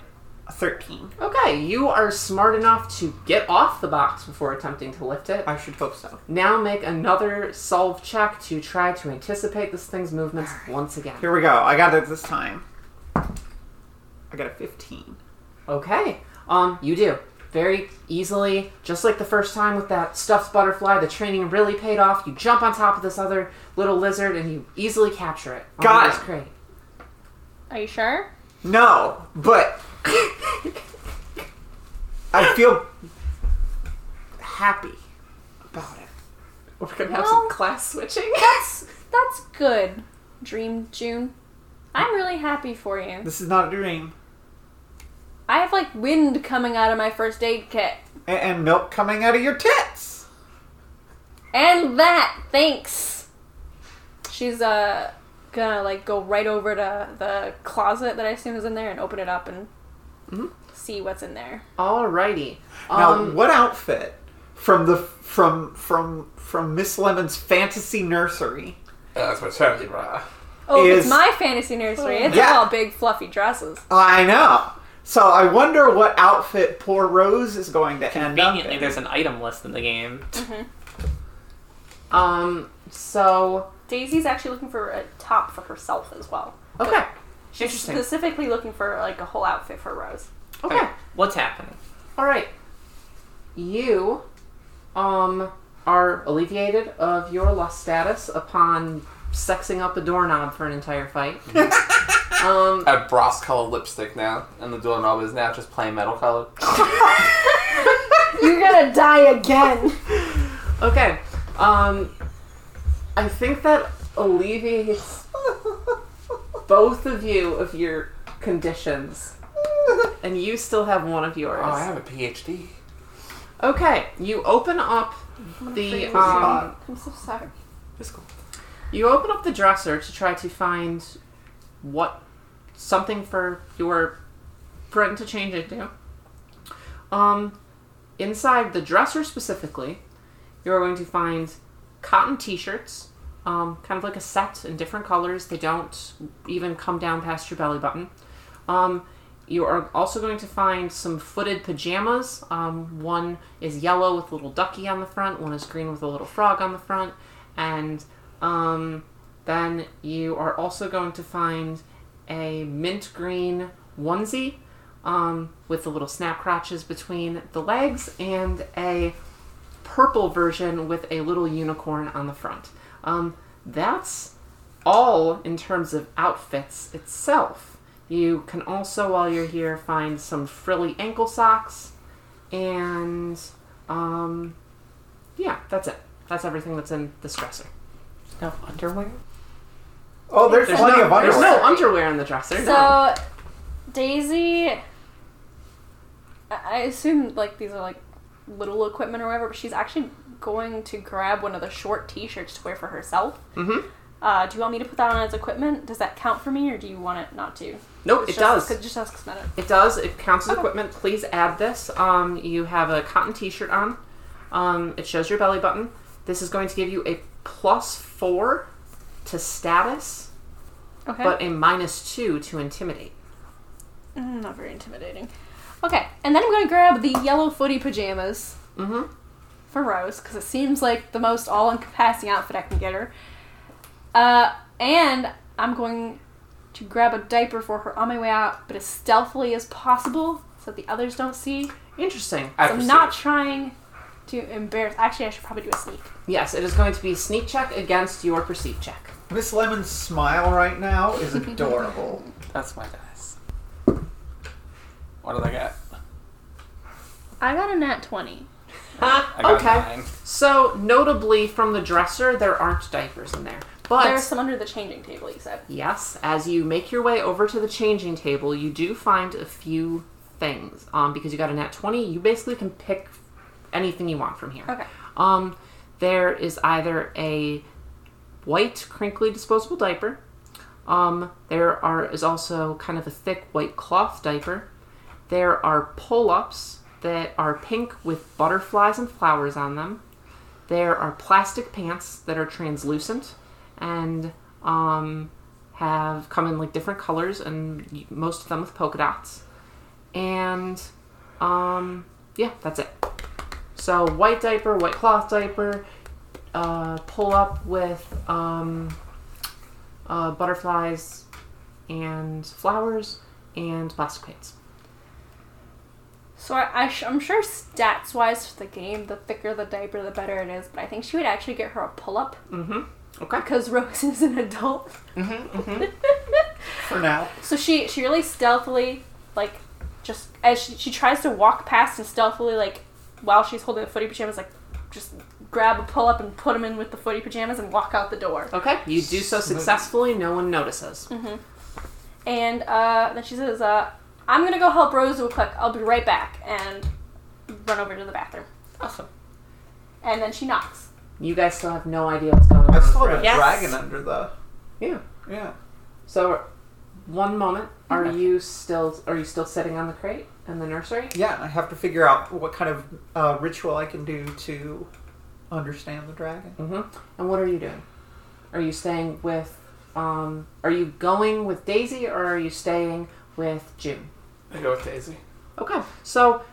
S5: a 13.
S2: Okay, you are smart enough to get off the box before attempting to lift it.
S5: I should hope so.
S2: Now make another solve check to try to anticipate this thing's movements once again.
S5: Here we go. I got it this time. I got a 15.
S2: Okay, um, you do. Very easily, just like the first time with that stuffed butterfly, the training really paid off. You jump on top of this other little lizard and you easily capture it. Oh,
S5: Got
S2: that's
S5: it.
S2: great.
S6: Are you sure?
S5: No, but I feel happy about it.
S2: We're gonna have
S6: Well,
S2: some class switching.
S6: That's that's good. Dream June. I'm really happy for you.
S5: This is not a dream.
S6: I have like wind coming out of my first aid kit.
S5: A- and milk coming out of your tits.
S6: And that, thanks. She's uh gonna like go right over to the closet that I assume is in there and open it up and
S5: Mm-hmm.
S6: see what's in there.
S2: Alrighty.
S5: Now,
S2: Um,
S5: what outfit from the from from from Miss Lemon's fantasy nursery?
S7: Yeah, that's what totally right.
S6: Oh,
S5: Is-
S6: it's my fantasy nursery. It's
S5: Yeah.
S6: all big fluffy dresses.
S5: I know. So I wonder what outfit poor Rose is going to end up
S4: Conveniently,
S5: in.
S4: there's an item list in the game.
S2: um, so,
S6: Daisy's actually looking for a top for herself as well.
S2: okay.
S6: She's
S2: Interesting.
S6: specifically looking for like a whole outfit for Rose.
S2: Okay.
S4: What's happening?
S2: All right. You um are alleviated of your lust status upon sexing up a doorknob for an entire fight. um
S7: I have brass colored lipstick now, and the doorknob is now just plain metal colored.
S6: You're gonna die again.
S2: okay. Um I think that alleviates both of you of your conditions. And you still have one of yours.
S7: Oh, I have a PhD.
S2: Okay, you open up the
S6: freezing.
S5: Uh,
S2: um,
S6: I'm so sorry.
S5: It's cool.
S2: you open up the dresser to try to find what something for your friend to change into. Um, inside the dresser specifically, you are going to find cotton T-shirts, um, kind of like a set in different colors. They don't even come down past your belly button. Um, you are also going to find some footed pajamas. Um, one is yellow with a little ducky on the front, one is green with a little frog on the front, and um, then you are also going to find a mint green onesie um, with the little snap crotches between the legs and a purple version with a little unicorn on the front. Um, that's all in terms of outfits itself. You can also, while you're here, find some frilly ankle socks, and um, yeah, that's it. That's everything that's in this dresser.
S4: No underwear.
S5: Oh, there's,
S2: There's
S5: plenty
S2: no,
S5: of underwear.
S2: There's no underwear in the dresser. no.
S6: So, Daisy, I- I assume like these are like little equipment or whatever, but she's actually going to grab one of the short T-shirts to wear for herself.
S2: Mhm.
S6: Uh, do you want me to put that on as equipment? Does that count for me, or do you want it not to?
S2: Nope,
S6: It's
S2: it
S6: just-
S2: does.
S6: It just has cosmetic.
S2: It does. It counts as
S6: Okay.
S2: equipment. Please add this. Um, you have a cotton T-shirt on. Um, it shows your belly button. This is going to give you a plus four to status,
S6: Okay.
S2: but a minus two to intimidate.
S6: Mm, Not very intimidating. Okay, and then I'm gonna grab the yellow footy pajamas
S2: Mm-hmm.
S6: for Rose because it seems like the most all-encompassing outfit I can get her. Uh, and I'm going to grab a diaper for her on my way out, but as stealthily as possible so that the others don't see. So
S2: Interesting.
S7: I
S6: I'm
S7: perceive.
S6: not trying to embarrass. Actually, I should probably do a sneak.
S2: Yes, it is going to be sneak check against your perceive check.
S5: Miss Lemon's smile right now is adorable.
S7: That's my dice. What did I get?
S6: I got a nat twenty.
S7: I got
S2: okay.
S7: nine.
S2: So notably from the dresser, there aren't diapers in there, but
S6: There's some under the changing table. You said.
S2: Yes, as you make your way over to the changing table, you do find a few things. Um, because you got a nat 20, you basically can pick anything you want from here.
S6: Okay.
S2: Um, there is either a white, crinkly disposable diaper. Um, there are is also kind of a thick white cloth diaper. There are pull-ups that are pink with butterflies and flowers on them. There are plastic pants that are translucent and um, have come in like different colors, and y- most of them with polka dots. And um, yeah, that's it. So white diaper, white cloth diaper, uh, pull up with um, uh, butterflies and flowers and plastic plates.
S6: So I, I sh- I'm sure stats wise for the game, the thicker the diaper, the better it is. But I think she would actually get her a pull up
S2: Mm-hmm. Okay.
S6: because Rose is an adult.
S5: For now.
S6: So she she really stealthily like just as she, she tries to walk past and stealthily like while she's holding the footy pajamas like just grab a pull up and put them in with the footy pajamas and walk out the door.
S2: Okay. You do so successfully. No one notices.
S6: And uh, then she says, uh, "I'm gonna go help Rose real quick. I'll be right back." And run over to the bathroom.
S4: Awesome.
S6: And then she knocks.
S2: You guys still have no idea what's going on.
S5: I still have a
S4: Yes.
S5: dragon under the.
S2: Yeah.
S5: Yeah.
S2: So, one moment. Are you still? Are you still sitting on the crate in the nursery?
S5: Yeah, I have to figure out what kind of uh, ritual I can do to understand the dragon.
S2: Mm-hmm. And what are you doing? Are you staying with? Um, are you going with Daisy or are you staying with June?
S7: I go with Daisy.
S2: Okay, so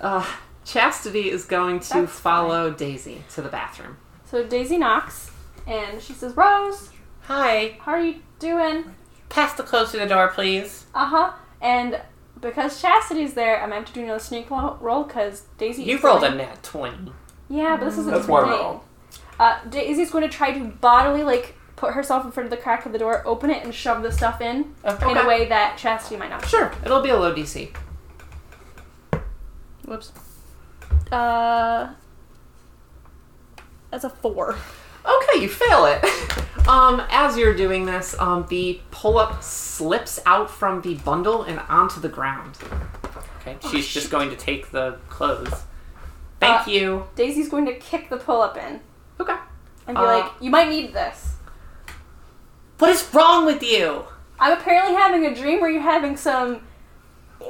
S2: uh, Chastity is going to
S6: That's
S2: follow Daisy to the bathroom.
S6: So Daisy knocks, and she says, "Rose,
S4: Hi.
S6: how are you doing?"
S4: Pass the clothes through the door, please.
S6: Uh huh. And because Chastity's there, I'm gonna have to do another sneak lo- roll because Daisy.
S4: You
S6: is
S4: rolled a
S6: going-
S4: nat twenty.
S6: Yeah, but this is a
S7: That's
S6: different
S7: one
S6: thing.
S7: roll.
S6: Uh, Daisy's going to try to bodily like put herself in front of the crack of the door, open it, and shove the stuff in in a
S2: Okay.
S6: way that Chastity might not.
S2: Sure, it'll be a low DC.
S6: Whoops. Uh. That's a four.
S2: Okay, you fail it. Um, as you're doing this, um, the pull up slips out from the bundle and onto the ground.
S4: Okay. She's just going to take the clothes. Thank
S6: Uh,
S4: you.
S6: Daisy's going to kick the pull up in
S4: Okay.
S6: and be
S4: Uh,
S6: like, "You might need this."
S4: What is wrong with you?
S6: I'm apparently having a dream where you're having some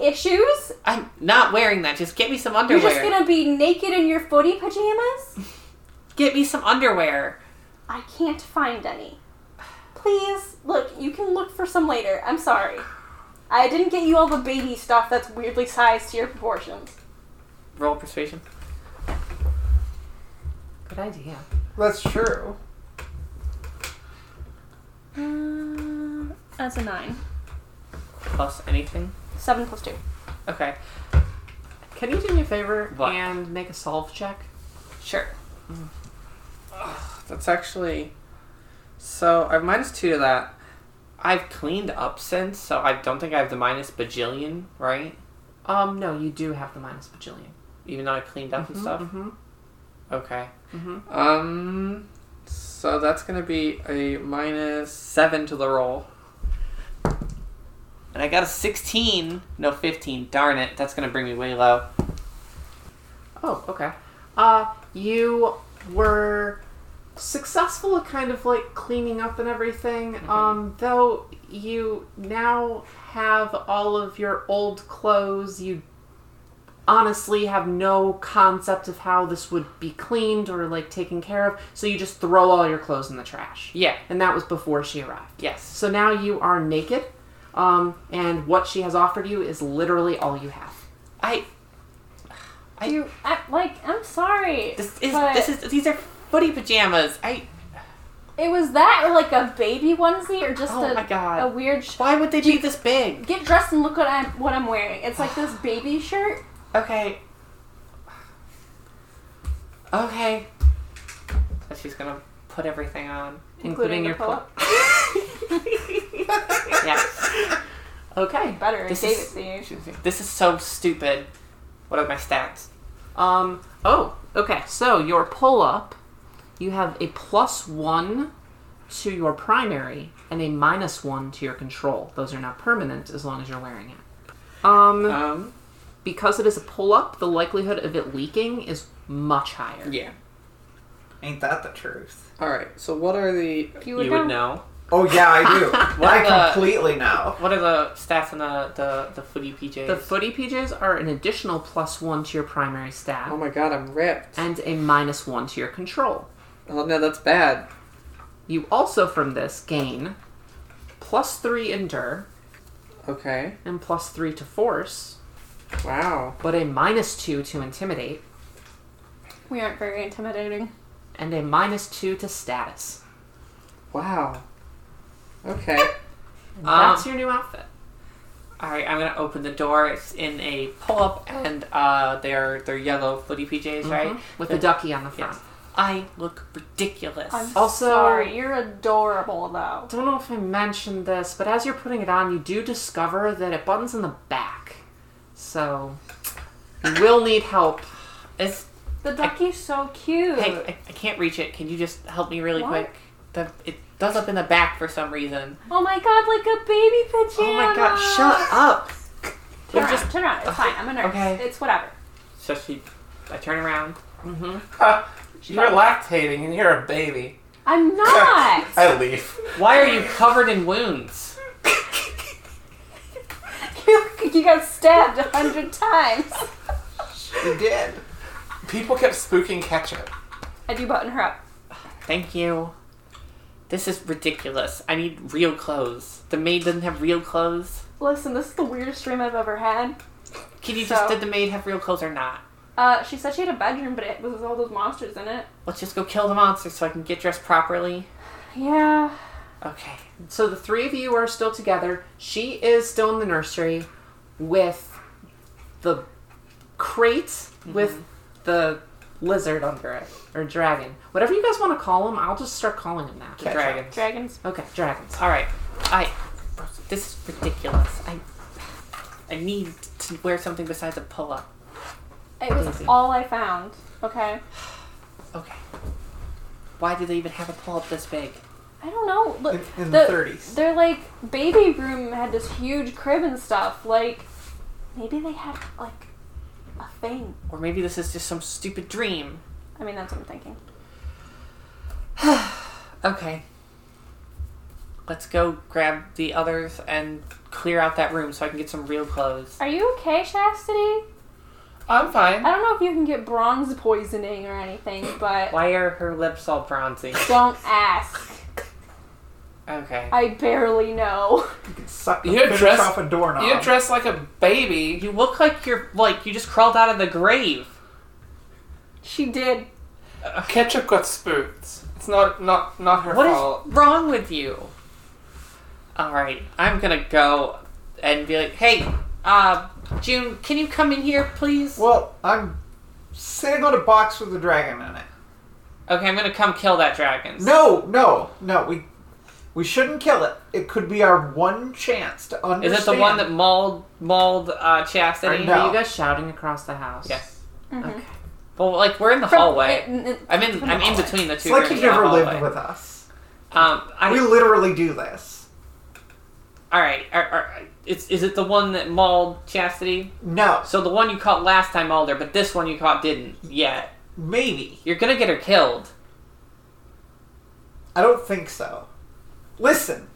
S6: issues.
S4: I'm not wearing that. Just get me some
S6: You're
S4: underwear.
S6: just gonna be naked in your footy pajamas.
S4: Get me some underwear.
S6: I can't find any. Please look. You can look for some later. I'm sorry. I didn't get you all the baby stuff that's weirdly sized to your proportions.
S4: Roll persuasion.
S2: Good idea.
S5: That's true.
S6: Uh, that's a nine.
S4: Plus anything.
S6: Seven plus two.
S4: Okay.
S2: Can you do me a favor
S4: What?
S2: and make a solve check?
S4: Sure.
S7: That's actually. So I have minus two to that.
S4: I've cleaned up since, so I don't think I have the minus bajillion, right?
S2: Um, no, you do have the minus bajillion.
S4: Even though I cleaned up and stuff.
S2: Mm-hmm.
S7: Okay.
S4: Mm-hmm.
S2: Mhm.
S7: Um. So that's gonna be a minus seven to the roll.
S4: And I got a 16. No, 15. Darn it. That's going to bring me way low.
S2: Oh, okay. Uh, you were successful at kind of like cleaning up and everything. Um, though you now have all of your old clothes. You honestly have no concept of how this would be cleaned or like taken care of. So you just throw all your clothes in the trash.
S4: Yeah.
S2: And that was before she arrived.
S4: Yes.
S2: So now you are naked, um, and what she has offered you is literally all you have.
S4: I. I.
S6: You, I, like, I'm sorry.
S4: This is
S6: but
S4: this is these are footy pajamas. I
S6: It was that, or like a baby onesie, or just
S4: oh
S6: a,
S4: my god.
S6: a weird. Sh-
S4: Why would they be this big?
S6: Get dressed and look what I'm what I'm wearing. It's like this baby shirt.
S4: Okay. Okay. So she's gonna put everything on.
S6: Including the
S4: clo- yeah.
S2: Okay.
S6: Better.
S4: This
S6: This David
S4: is-
S6: seeing.
S4: This is so stupid. What are my stats?
S2: Um. Oh. Okay. So your pull up, you have a plus one to your primary and a minus one to your control. Those are not permanent as long as you're wearing it. Um.
S7: Um.
S2: because it is a pull up, the likelihood of it leaking is much higher.
S7: Yeah.
S5: Ain't that the truth?
S7: All right. So what are the?
S6: You
S4: You would know.
S5: Oh yeah, I do.
S4: the-
S5: I completely know.
S4: What are the stats on the the the footy PJs?
S2: The footy PJs are an additional plus one to your primary stat
S7: Oh my god, I'm ripped.
S2: and a minus one to your control.
S7: Oh no, that's bad.
S2: You also from this gain plus three endure
S7: Okay.
S2: and plus three to force,
S7: Wow.
S2: but a minus two to intimidate
S6: We aren't very intimidating.
S2: and a minus two to status.
S7: Wow. Okay.
S2: And
S4: Um,
S2: that's your new outfit.
S4: All right, I'm gonna open the door. It's in a pull up, and uh, they're they're yellow footy PJs,
S6: Mm-hmm.
S4: right?
S2: With the ducky on the front.
S4: I look ridiculous.
S6: I'm
S2: Also-
S6: sorry. You're adorable though.
S2: Don't know if I mentioned this, but as you're putting it on, you do discover that it buttons in the back. So you will need help.
S4: It's-
S6: The ducky's so cute.
S4: hey, I, I can't reach it. Can you just help me really
S6: What?
S4: quick? The, it does up in the back for some reason.
S6: oh my god, like a baby
S4: Oh
S6: pajama.
S4: my god! Shut up.
S6: Turn
S4: You're
S6: around.
S4: just-
S6: turn around. It's fine. I'm a nurse.
S4: Okay.
S6: It's whatever.
S4: So she, I turn around.
S7: You're lactating and you're a baby.
S6: I'm not.
S5: I leave.
S4: Why are you covered in wounds?
S6: you, you got stabbed a hundred times.
S5: You did.
S7: People kept spooking ketchup.
S6: I do button her up.
S4: Thank you. This is ridiculous. I need real clothes. The maid doesn't have real clothes.
S6: Listen, this is the weirdest dream I've ever had.
S4: Can you
S6: So-
S4: just did the maid have real clothes or not?
S6: Uh, she said she had a bedroom, but it was all those monsters in it.
S4: Let's just go kill the monster so I can get dressed properly.
S6: Yeah.
S4: Okay.
S2: So the three of you are still together. She is still in the nursery with the crate with the lizard under it or dragon, whatever you guys want to call him. I'll just start calling him that.
S4: The dragon.
S6: Dragons.
S2: Okay, dragons.
S4: All right. I. This is ridiculous. I. I need to wear something besides a pull up.
S6: It was
S2: Daisy.
S6: all I found. Okay.
S4: Okay. Why do they even have a pull up this big?
S6: I don't know. Look,
S5: In, in the
S6: the,
S5: thirties.
S6: their like baby room had this huge crib and stuff. Like Maybe they have like a thing.
S4: Or maybe this is just some stupid dream.
S6: I mean, that's what I'm thinking.
S4: Okay. Let's go grab the others and clear out that room so I can get some real clothes.
S6: Are you okay, Chastity?
S7: I'm fine.
S6: I don't know if you can get bronze poisoning or anything, but
S4: Why are her lips all bronzy?
S6: don't ask.
S4: Okay.
S6: I barely know.
S5: Suck the
S7: You're
S5: finish
S7: dressed-
S5: off a doorknob.
S7: You're dressed like a baby.
S4: You look like you're like you just crawled out of the grave.
S6: She did.
S7: Ketchup got spooked. It's not not not her
S4: What
S7: fault.
S4: is wrong with you? All right, I'm gonna go and be like, hey, uh, June, can you come in here, please?
S5: well, I'm sitting on a box with a dragon in it.
S4: Okay, I'm gonna come kill that dragon.
S5: No, no, no. We we shouldn't kill it. It could be our one chance to
S4: Is
S5: understand.
S4: it the one that mauled mauled uh, Chastity?
S5: I know. Mm-hmm.
S2: Are you guys shouting across the house?
S4: Yes. Okay. Well, like we're in the
S6: From-
S4: hallway.
S6: it- it-
S4: I'm in.
S6: from
S4: I'm in
S6: hallway.
S4: between the
S5: It's
S4: two.
S5: like
S4: rooms
S5: you've never
S4: in the
S5: lived
S4: hallway.
S5: with us.
S4: Um, I,
S5: We literally do this.
S4: all right. Are, are, it's, is it the one that mauled Chastity?
S5: No,
S4: So the one you caught last time mauled her, but this one you caught didn't yet.
S5: maybe.
S4: You're gonna get her killed.
S5: I don't think so. Listen,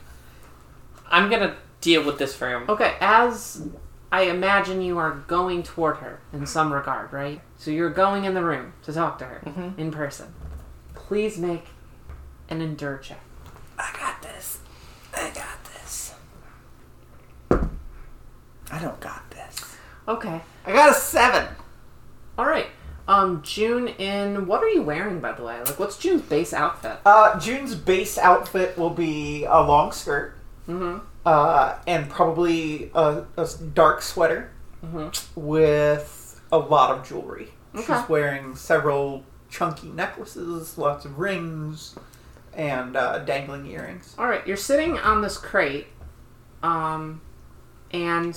S4: I'm gonna deal with this room.
S2: Okay, as I imagine you are going toward her in some regard, right? So you're going in the room to talk to her in person. Please make an endure check.
S4: I got this. I got this.
S5: I don't got this.
S2: Okay.
S5: I got a seven.
S2: All right. Um, June, in what are you wearing, by the way? Like, what's June's base outfit?
S5: Uh, June's base outfit will be a long skirt,
S2: Mm-hmm.
S5: uh, and probably a, a s- dark sweater with a lot of jewelry.
S2: Okay.
S5: She's wearing several chunky necklaces, lots of rings, and uh, dangling earrings.
S2: All right, you're sitting on this crate, um, and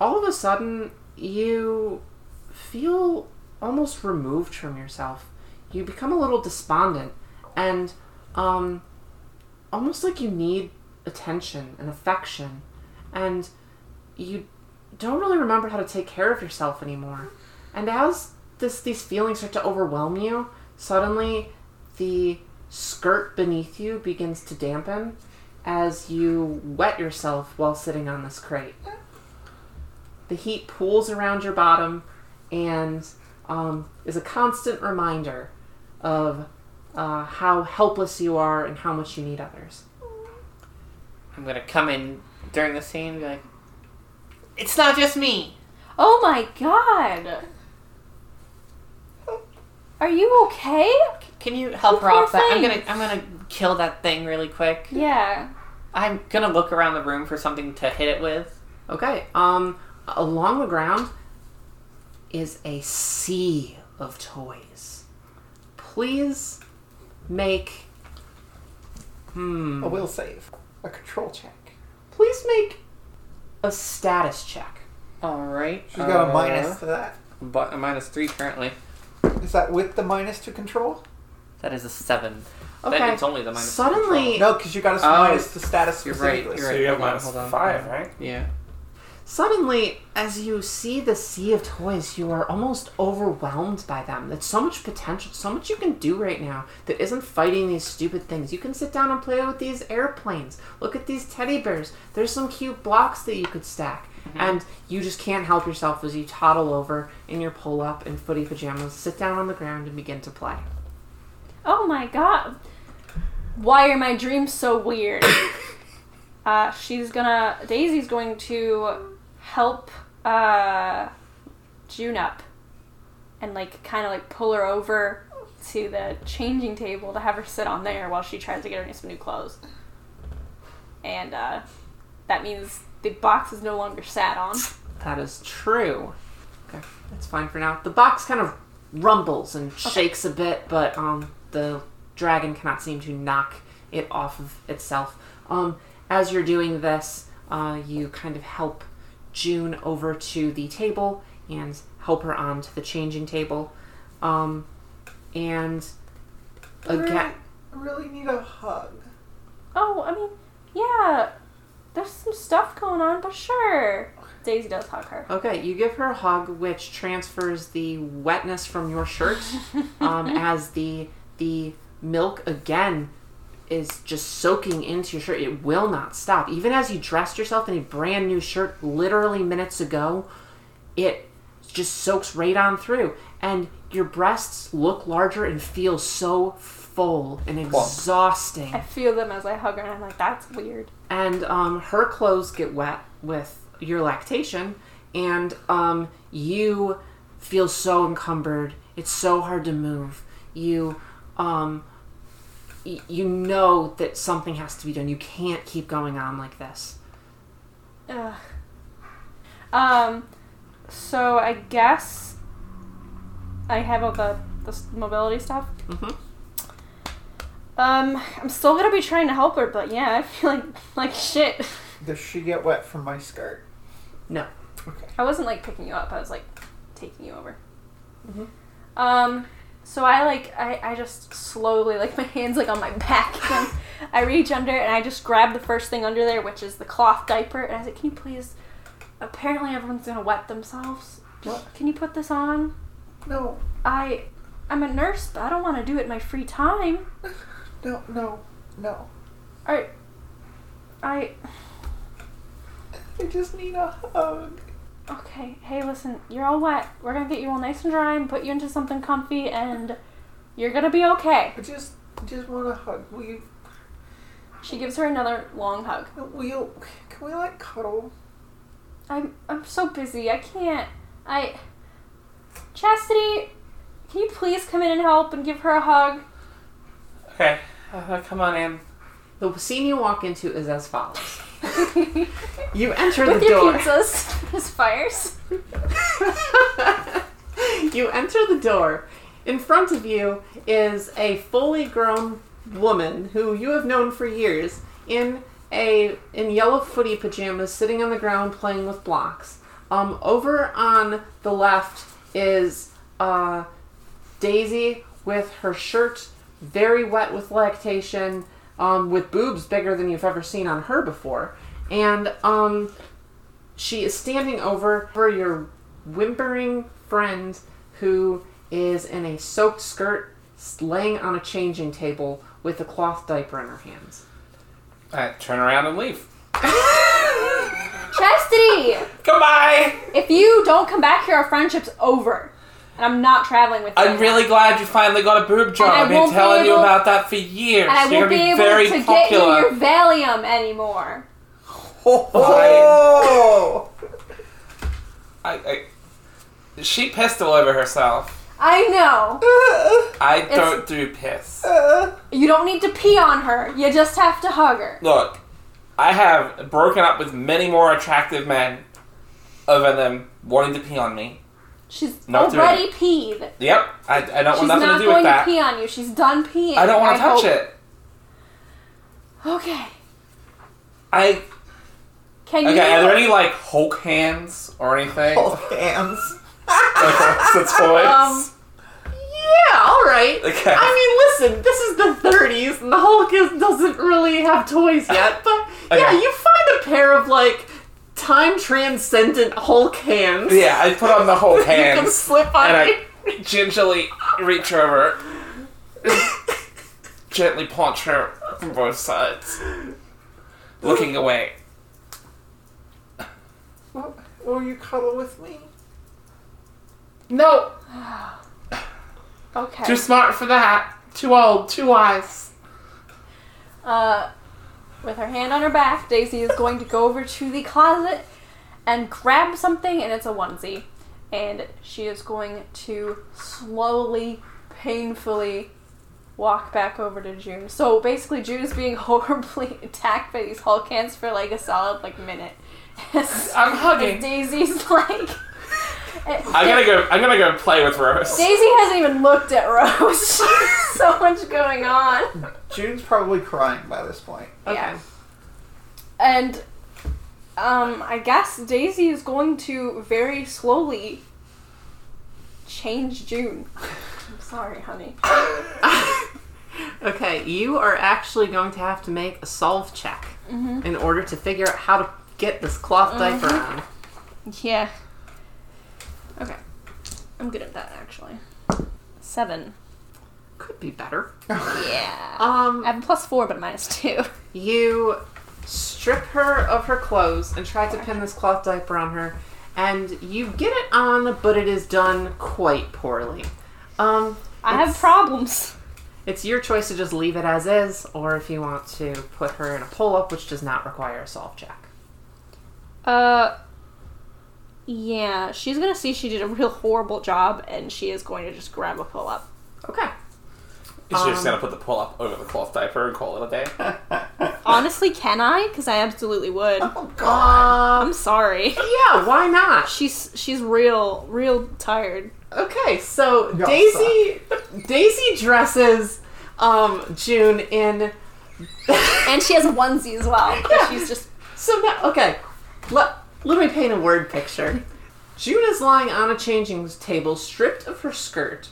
S2: all of a sudden you feel almost removed from yourself. You become a little despondent, and um, almost like you need attention and affection, and you don't really remember how to take care of yourself anymore. And as this these feelings start to overwhelm you, suddenly the skirt beneath you begins to dampen as you wet yourself while sitting on this crate. The heat pools around your bottom and um, is a constant reminder of uh, how helpless you are and how much you need others.
S4: I'm gonna come in during the scene and be like, it's not just me.
S6: Oh my god. Are you okay?
S4: Can you help her
S6: poor
S4: off that? I'm gonna
S6: thing.
S4: I'm gonna kill that thing really quick.
S6: Yeah.
S4: I'm gonna look around the room for something to hit it with.
S2: Okay, um, along the ground is a sea of toys. Please make. Hmm.
S5: A will save, a control check.
S2: Please make a status check.
S4: All right.
S5: She's got a minus to that.
S4: But a minus three currently.
S5: Is that with the minus to control?
S4: That is a seven.
S2: Okay.
S4: Then it's only the minus. two
S2: Suddenly,
S5: No, because you got a
S4: Oh,
S5: minus to status
S4: you're right,
S5: specifically.
S7: So
S4: Right,
S7: you have
S4: hold on,
S7: minus
S4: hold on,
S7: five,
S4: hold
S7: right?
S4: control. Yeah.
S2: suddenly, as you see the sea of toys, you are almost overwhelmed by them. There's so much potential, so much you can do right now that isn't fighting these stupid things. You can sit down and play with these airplanes. Look at these teddy bears. There's some cute blocks that you could stack. And you just can't help yourself as you toddle over in your pull up and footy pajamas, sit down on the ground, and begin to play.
S6: Oh my god. Why are my dreams so weird? uh, she's gonna. Daisy's going to help uh, June up and, like, kind of like pull her over to the changing table to have her sit on there while she tries to get her some new clothes. And uh, that means the box is no longer sat on.
S2: That is true. Okay, that's fine for now. The box kind of rumbles and shakes a bit, but um, the dragon cannot seem to knock it off of itself. Um, as you're doing this, uh, you kind of help June over to the table and help her onto the changing table. Um, and again,
S5: I really need a hug.
S6: Oh, I mean, yeah, there's some stuff going on, but sure. Daisy does hug her.
S2: Okay, you give her a hug, which transfers the wetness from your shirt, um, as the the milk again is just soaking into your shirt. It will not stop, even as you dressed yourself in a brand new shirt literally minutes ago. It just soaks right on through, and your breasts look larger and feel so full and exhausting
S6: I feel them as I hug her, and I'm like, that's weird.
S2: and um, her clothes get wet with your lactation, and um, you feel so encumbered. It's so hard to move. You, um, y- you know that something has to be done. You can't keep going on like this.
S6: Ugh. Um, so I guess I have all the, the s- mobility stuff.
S2: Mhm.
S6: Um, I'm still gonna be trying to help her, but yeah, I feel like like shit.
S5: Does she get wet from my skirt?
S2: No.
S5: Okay.
S6: I wasn't like picking you up. I was like taking you over.
S2: Mhm.
S6: Um, so I like I, I just slowly like my hands like on my back and I reach under and I just grab the first thing under there, which is the cloth diaper, and I said, "Can you please?" Apparently, everyone's gonna wet themselves. Just, can you put this on?
S5: No,
S6: I I'm a nurse, but I don't want to do it in my free time.
S5: no, no, no.
S6: I I
S5: I just need a hug.
S6: Okay, hey, listen, you're all wet. We're gonna get you all nice and dry and put you into something comfy, and you're gonna be okay.
S5: I just, I just want a hug. Will you,
S6: She gives her another long hug.
S5: will you, can we like cuddle?
S6: I'm I'm so busy. I can't. I. Chastity, can you please come in and help and give her a hug?
S7: Okay,
S4: Uh-huh,
S7: uh, come on in.
S2: The scene you walk into is as follows. You enter
S6: With
S2: the door.
S6: your pizzas, there's fires.
S2: you enter the door. In front of you is a fully grown woman who you have known for years in a in yellow footy pajamas sitting on the ground playing with blocks. Um, over on the left is uh, Daisy with her shirt very wet with lactation, um, with boobs bigger than you've ever seen on her before. And um, she is standing over for your whimpering friend who is in a soaked skirt laying on a changing table with a cloth diaper in her hands.
S7: Alright, turn around and leave.
S6: Chastity,
S7: Goodbye!
S6: if you don't come back here, our friendship's over, and I'm not traveling with you.
S7: I'm really glad you finally got a boob job.
S6: And I
S7: I've been
S6: won't be
S7: telling you
S6: able-
S7: about that for years.
S6: And I
S7: You're
S6: won't be
S7: gonna
S6: able
S7: very
S6: to
S7: popular.
S6: get you your Valium anymore.
S5: Oh!
S7: I, I, she pissed all over herself.
S6: I know.
S5: Oh!
S7: I
S6: It's-
S7: don't do piss.
S6: You don't need to pee on her. You just have to hug her.
S7: Look, I have broken up with many more attractive men over them wanting to pee on me.
S6: She's
S7: Not doing
S6: already peed.
S7: Yep, I, I don't
S6: She's
S7: want nothing
S6: not
S7: to do
S6: going to
S7: with that.
S6: pee on you. She's done peeing.
S7: I don't want to touch
S6: hope-
S7: it.
S6: Okay.
S7: I
S6: Can
S7: okay.
S6: you?
S7: Are there any like Hulk hands or anything?
S5: Hold hands.
S7: Okay, that's toys.
S2: Um, Yeah, all right.
S7: Okay.
S2: I mean, listen, this is the 30s, and the Hulk is, doesn't really have toys yet, but yeah,
S7: Okay.
S2: you find a pair of like time transcendent Hulk hands.
S7: yeah, I put on the Hulk
S2: You can
S7: hands
S2: slip on
S7: and
S2: it.
S7: I gingerly reach over, gently punch her from both sides, looking away.
S5: Will, will you cuddle with me?
S7: No,
S6: Okay.
S7: too smart for that. Too old. Too wise.
S6: uh, with her hand on her back, Daisy is going to go over to the closet and grab something, and it's a onesie. And she is going to slowly, painfully walk back over to June. So basically, June is being horribly attacked by these Hulk hands for like a solid like minute.
S7: I'm hugging.
S6: Daisy's like.
S7: I'm gonna go. I'm gonna go play with Rose.
S6: Daisy hasn't even looked at Rose. She's so much going on.
S5: June's probably crying by this point.
S6: Yeah. And um, I guess Daisy is going to very slowly change June. I'm sorry, honey.
S2: Okay, you are actually going to have to make a solve check in order to figure out how to get this cloth diaper on.
S6: Yeah. Okay. I'm good at that actually. Seven.
S2: Could be better.
S6: Yeah.
S2: Um,
S6: I have a plus four, but a minus two.
S2: You strip her of her clothes and try to pin this cloth diaper on her, and you get it on, but it is done quite poorly. Um,
S6: I have problems.
S2: it's your choice to just leave it as is, or if you want to put her in a pull up, which does not require a solve check.
S6: Uh. Yeah, she's gonna see she did a real horrible job, and she is going to just grab a pull up.
S2: Okay.
S7: You should just gonna put the pull up over the cloth diaper and call it a day.
S6: Honestly, can I? Because I absolutely would.
S5: Oh god.
S6: I'm sorry.
S2: Um, Yeah, why not?
S6: She's she's real real tired.
S2: Okay, so
S5: Y'all
S2: Daisy Daisy dresses um June in
S6: And she has a onesie as well. 'cause
S2: Yeah.
S6: She's just
S2: So now, okay, let, let me paint a word picture. June is lying on a changing table, stripped of her skirt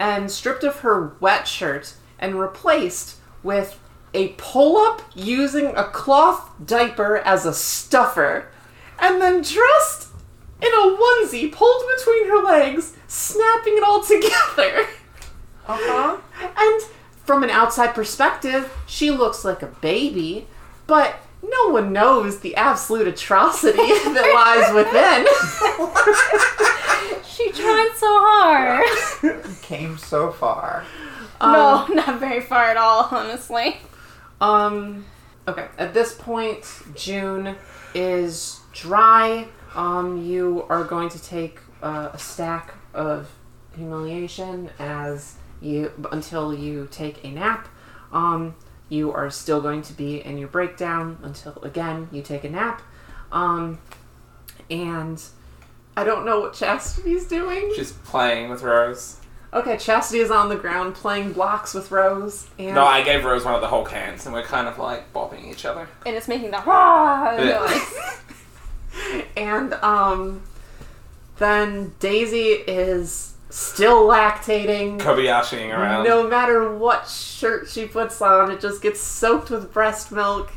S2: and stripped of her wet shirt, and replaced with a pull up using a cloth diaper as a stuffer, and then dressed in a onesie pulled between her legs, snapping it all together.
S5: Uh-huh.
S2: And from an outside perspective, she looks like a baby, but no one knows the absolute atrocity that lies
S6: she tried so hard.
S5: Came so far.
S6: no, not very far at all, honestly.
S2: within. Um, okay, at this point, June is dry. Um, you are going to take uh, a stack of humiliation as you until you take a nap. Um, you are still going to be in your breakdown until again you take a nap. Um, and I don't know what Chastity's doing.
S7: She's playing with Rose.
S2: Okay, Chastity is on the ground playing blocks with Rose. And
S7: No, I gave Rose one of the Hulk hands, and we're kind of like bopping each other.
S6: And it's making the rah
S7: Yeah.
S6: noise.
S2: and um, then Daisy is still lactating.
S7: Kobayashiing around.
S2: No matter what shirt she puts on, it just gets soaked with breast milk,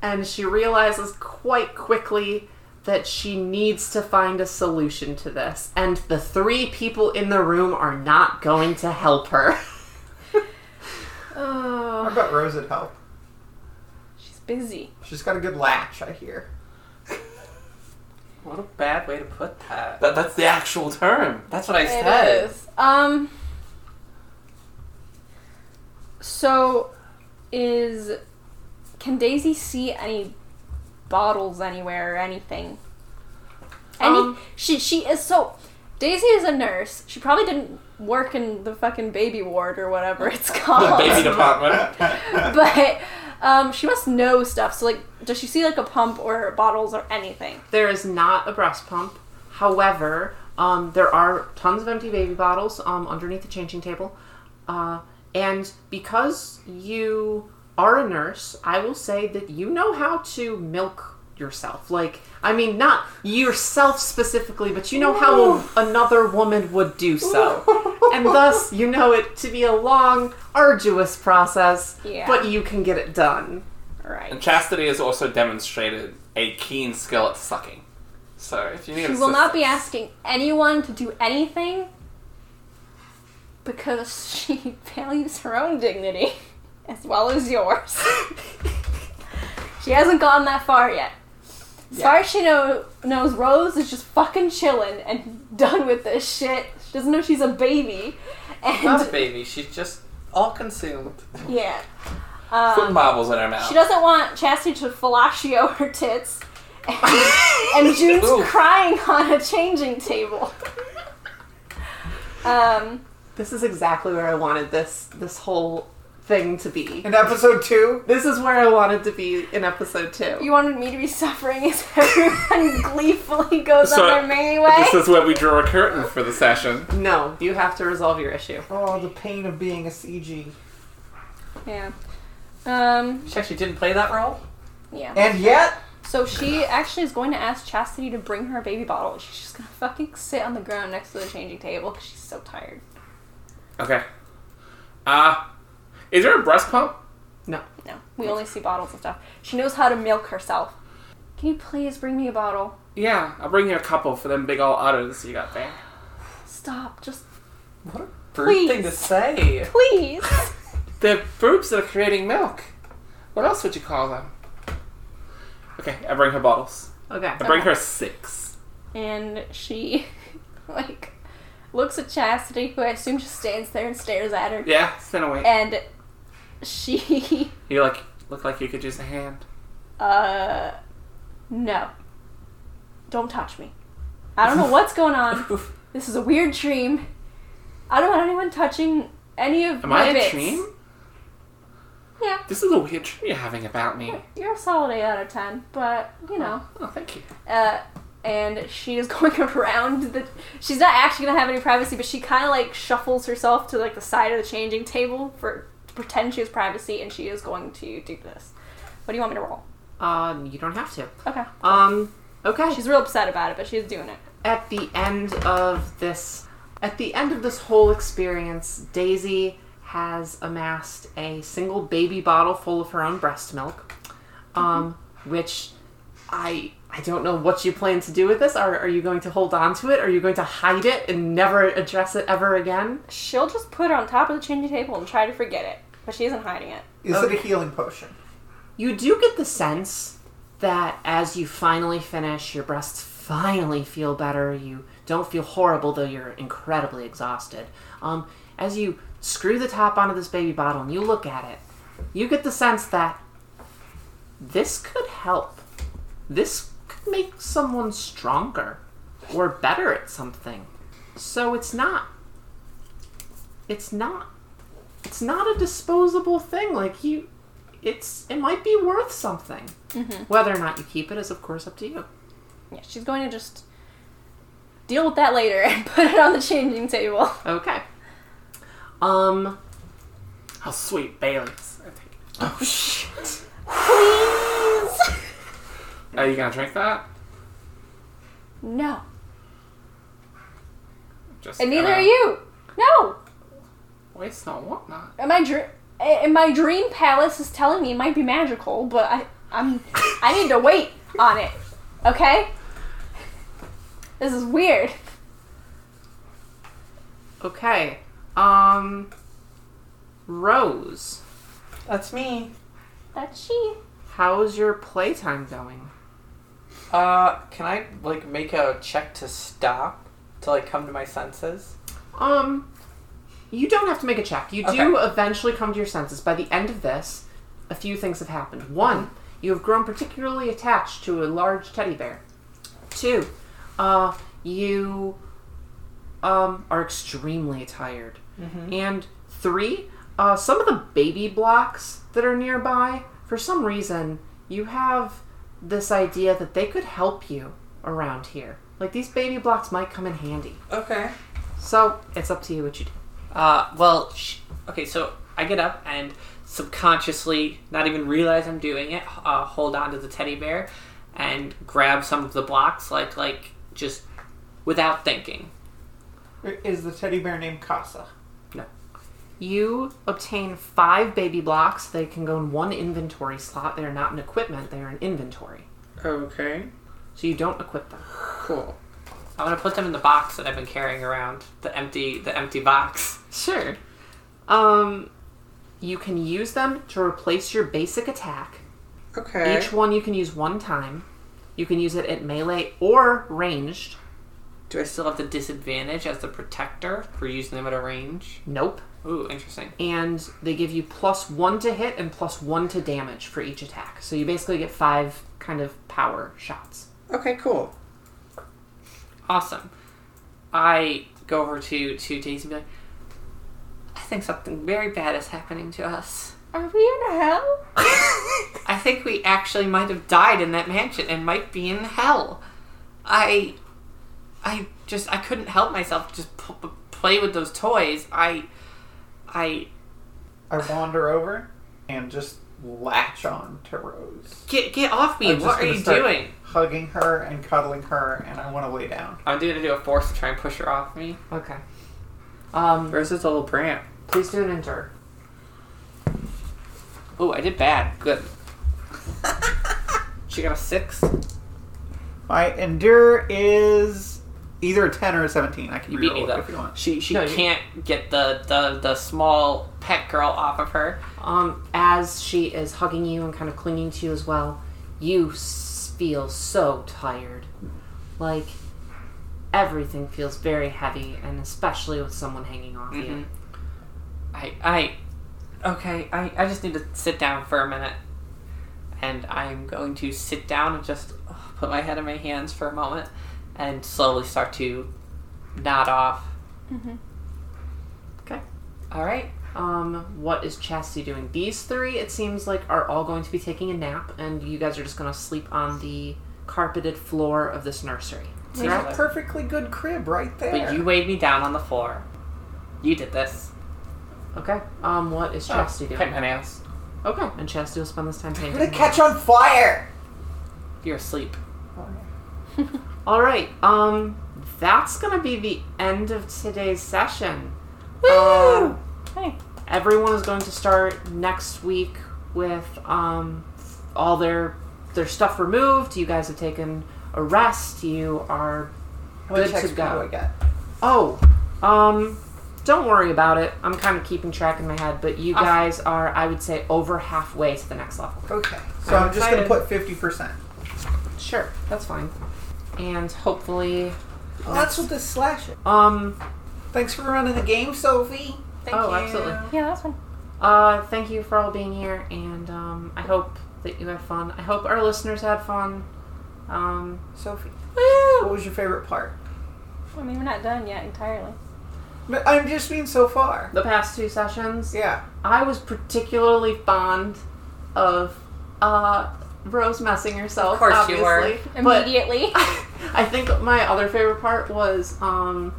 S2: and she realizes quite quickly that she needs to find a solution to this. And the three people in the room are not going to help her.
S5: How
S6: Oh,
S5: about Rose would help?
S6: she's busy.
S5: She's got a good latch, I hear.
S4: What a bad way to put that.
S7: That, that's the actual term.
S4: That's what I
S6: It
S4: said.
S6: is. Um. So, is can Daisy see any bottles anywhere or anything? Any?
S2: Um,
S6: she she is so. Daisy is a nurse. She probably didn't work in the fucking baby ward or whatever it's
S7: The
S6: called.
S7: baby department.
S6: but um, she must know stuff. So like, does she see like a pump or bottles or anything?
S2: There is not a breast pump. However, um, there are tons of empty baby bottles um, underneath the changing table. Uh, and because you are a nurse, I will say that you know how to milk yourself. Like, I mean, not yourself specifically, but you know how a, another woman would do so. and thus, you know it to be a long, arduous process,
S6: Yeah.
S2: but you can get it done.
S6: All
S7: and
S6: right.
S7: Chastity has also demonstrated a keen skill at sucking. So if you need
S6: She will not be
S7: assistance-
S6: asking anyone to do anything because she values her own dignity as well as yours. she hasn't gone that far yet. As far as she know, knows, Rose is just fucking chilling and done with this shit. She doesn't know she's a baby.
S4: Not a
S6: And
S4: baby. She's just all consumed.
S6: yeah.
S7: Put
S6: Um,
S7: marbles in her mouth.
S6: she doesn't want Chastity to fellatio her tits. And, and June's
S7: Ooh.
S6: crying on a changing table. Um,
S2: This is exactly where I wanted this this whole thing to be.
S5: In episode two,
S2: This is where I wanted to be in episode two.
S6: you wanted me to be suffering as everyone gleefully goes
S7: So,
S6: on their merry way.
S7: This is where we draw a curtain for the session.
S2: no, you have to resolve your issue.
S5: oh, the pain of being a CG.
S6: Yeah. Um,
S4: She actually didn't play that role.
S6: yeah.
S5: And yet,
S6: So she actually is going to ask Chastity to bring her a baby bottle. She's just gonna fucking sit on the ground next to the changing table because she's so tired.
S7: Okay. Uh, is there a breast pump?
S2: No.
S6: No, we only see bottles and stuff. She knows how to milk herself. Can you please bring me a bottle?
S7: Yeah, I'll bring you a couple for them big old udders you got there.
S6: Stop. Just
S7: Brute
S6: Please.
S7: thing to say.
S6: please.
S7: They're boobs that are creating milk. What else would you call them? Okay, I bring her bottles.
S2: Okay.
S7: I bring her six.
S6: and she, like, looks at Chastity, who I assume just stands there and stares at her.
S7: Yeah, send away.
S6: And she,
S7: You like look like you could use a hand.
S6: uh, no. Don't touch me. I don't know what's going on. This is a weird dream. I don't want anyone touching any of
S7: Am
S6: my
S7: I
S6: bits.
S7: a dream?
S6: Yeah.
S7: This is a weird dream you're having about me.
S6: You're a solid 8 out of 10, but, you know.
S7: Oh, thank you.
S6: Uh, and she is going around the. She's not actually gonna have any privacy, but she kind of like shuffles herself to like the side of the changing table for to pretend she has privacy, and she is going to do this. What do you want me to roll?
S2: Um, you don't have to.
S6: Okay.
S2: Um, okay.
S6: She's real upset about it, but she's doing it.
S2: at the end of this at the end of this whole experience daisy has amassed a single baby bottle full of her own breast milk um, which i i don't know what you plan to do with this are, are you going to hold on to it are you going to hide it and never address it ever again
S6: She'll just put it on top of the changing table and try to forget it, but she isn't hiding it.
S5: Is it a healing potion?
S2: you do get the sense that as you finally finish, your breasts finally feel better. You don't feel horrible, though you're incredibly exhausted. Um, as you screw the top onto this baby bottle and you look at it, you get the sense that this could help. This could make someone stronger or better at something. So it's not. It's not. It's not a disposable thing. Like you, it's it might be worth something. Whether or not you keep it is, of course, up to you.
S6: Yeah, she's going to just deal with that later and put it on the changing table.
S2: Okay. Um.
S7: How sweet, Bailey's. I think.
S2: Oh shit.
S7: Are you gonna drink that?
S6: No.
S7: Just
S6: And neither
S7: gonna
S6: are you. No.
S7: Waste not, want not.
S6: And my dream, and my dream palace is telling me it might be magical, but I, I'm, I need to wait on it. Okay. This is weird.
S2: Okay. Um. Rose,
S5: That's me.
S6: That's she.
S2: how's your playtime going?
S4: Uh, can I like make a check to stop till I come to my senses?
S2: Um. You don't have to make a check. You do eventually come to your senses. By the end of this, a few things have happened. One, you have grown particularly attached to a large teddy bear. Two, uh, you um, are extremely tired. And three, uh, some of the baby blocks that are nearby, for some reason, you have this idea that they could help you around here. Like these baby blocks might come in handy.
S4: Okay.
S2: So it's up to you what you do.
S4: Uh, well, sh- okay, so I get up and subconsciously, not even realize I'm doing it, uh, hold on to the teddy bear and grab some of the blocks, like, like, just without thinking.
S5: Is the teddy bear named Casa?
S2: You obtain five baby blocks. They can go in one inventory slot. They are not an equipment, they are an inventory.
S7: Okay,
S2: So you don't equip them.
S7: cool.
S4: I'm gonna put them in the box that I've been carrying around, the empty, the empty box.
S2: Sure. Um, you can use them to replace your basic attack.
S7: Okay.
S2: Each one you can use one time. You can use it at melee or ranged.
S4: Do I still have the disadvantage as the protector for using them at a range?
S2: Nope.
S4: Ooh, interesting.
S2: And they give you plus one to hit and plus one to damage for each attack. So you basically get five kind of power shots.
S7: Okay, cool.
S4: Awesome. I go over to to Daisy and be like, I think something very bad is happening to us.
S6: Are we in hell?
S4: I think we actually might have died in that mansion and might be in hell. I, I just I couldn't help myself to just p- p- play with those toys. I, I
S5: I wander over and just latch on to Rose,
S4: get get off me!
S5: I'm just
S4: what are
S5: gonna
S4: you
S5: start-
S4: doing?
S5: hugging her and cuddling her, and I want to lay down.
S4: I'm gonna do a force to try and push her off me.
S2: Okay. Um,
S4: Where's this little bramp?
S2: please do an endure.
S4: Ooh, I did bad. Good. she got a six.
S5: My endure is either a ten or a seventeen. I can
S4: You beat me
S5: reroll it
S4: though.
S5: if you want.
S4: She she
S2: No, you-
S4: can't get the, the the small pet girl off of her.
S2: Um, as she is hugging you and kind of clinging to you as well, you s- feel so tired. Like, everything feels very heavy, and especially with someone hanging off you.
S4: I I okay. I I just need to sit down for a minute, and I'm going to sit down and just uh, put my head in my hands for a moment, and slowly start to nod off.
S6: Mhm.
S2: Mm-hmm. Okay.
S4: All right.
S2: Um, what is Chastity doing? These three, it seems like, are all going to be taking a nap, and you guys are just going to sleep on the carpeted floor of this nursery.
S5: There's a perfectly good crib right there.
S4: But you weighed me down on the floor. You did this.
S2: Okay. Um, what is
S4: Oh,
S2: Chastity
S7: Paint
S2: doing?
S7: my nails.
S2: Okay. And Chastity will spend this time
S5: I'm gonna
S2: painting.
S5: catch on fire.
S4: You're asleep.
S2: All right. Um, that's going to be the end of today's session. Um,
S6: Hey.
S2: everyone is going to start next week with um, all their their stuff removed. You guys have taken a rest. You are
S5: How much
S2: Good to
S5: XP
S2: go.
S5: do I got?
S2: Oh, um, don't worry about it. I'm kind of keeping track in my head, but you
S4: Awesome.
S2: guys are, I would say, over halfway to the next level.
S5: Okay, so
S2: I'm
S5: I'm, just gonna
S2: excited.
S5: put fifty percent.
S2: Sure, that's fine. And hopefully,
S5: Oh, that's what this slash is.
S2: um,
S5: Thanks for running the game, Sophie.
S4: Thank
S2: oh,
S4: you.
S2: absolutely.
S6: Yeah, that's fun.
S2: Uh, thank you for all being here, and um, I hope that you had fun. I hope our listeners had fun. Um,
S5: Sophie, what was your favorite part?
S6: I mean, we're not done yet entirely.
S5: But I'm just mean so far.
S2: the past two sessions,
S5: Yeah.
S2: I was particularly fond of uh, Rose messing herself.
S4: Of course you
S2: obviously,
S4: were.
S2: but-
S6: Immediately.
S2: I think my other favorite part was um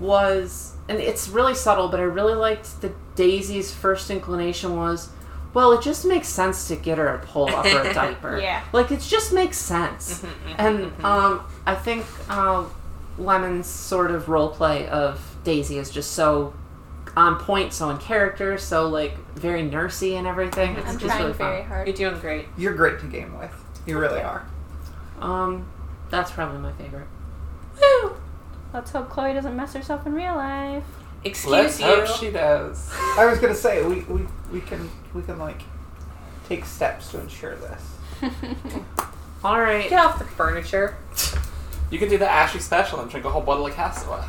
S2: was and it's really subtle, but I really liked the Daisy's first inclination was, well, it just makes sense to get her a pull up or a diaper.
S6: Yeah. Mm-hmm,
S2: Like it just makes sense. and um I think uh, Lemon's sort of role play of Daisy is just so on point, so in character, so like very nursey and everything. It's
S6: I'm
S2: just
S6: trying
S2: really fun.
S6: very hard.
S4: You're doing great.
S5: You're great to game with. You really are.
S2: Um that's probably my favorite.
S6: Let's hope Chloe doesn't mess herself in real life.
S4: Excuse
S7: Let's
S4: you.
S7: hope she does.
S5: I was gonna say we, we, we can we can like take steps to ensure this.
S2: All right.
S4: Get off the furniture.
S7: You can do the Ashley special and drink a whole bottle of Castaway.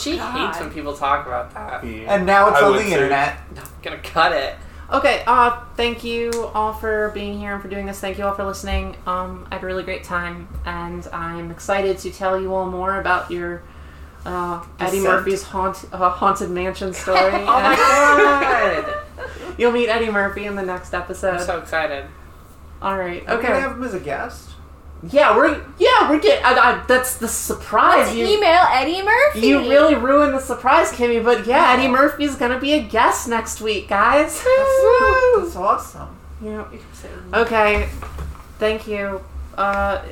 S4: she hates when people talk about that.
S5: And now it's
S8: I
S5: on
S8: would
S5: the
S8: too.
S5: internet.
S4: I'm gonna cut it.
S2: Okay, uh, thank you all for being here and for doing this. Thank you all for listening. Um, I had a really great time, and I'm excited to tell you all more about your uh, Eddie
S5: Descent.
S2: Murphy's haunt, uh, haunted mansion story.
S4: Oh my god!
S2: And You'll meet Eddie Murphy in the next episode.
S4: I'm so excited.
S2: all right.
S5: Can I
S2: Okay.
S5: have him as a guest?
S2: Yeah, we're yeah we're getting. I, I, that's the surprise.
S6: Let's
S2: you
S6: email Eddie Murphy.
S2: you really ruined the surprise, Kimmy. But yeah, Eddie Murphy's gonna be a guest next week, guys.
S5: That's awesome.
S2: You know, okay. Thank you. Uh,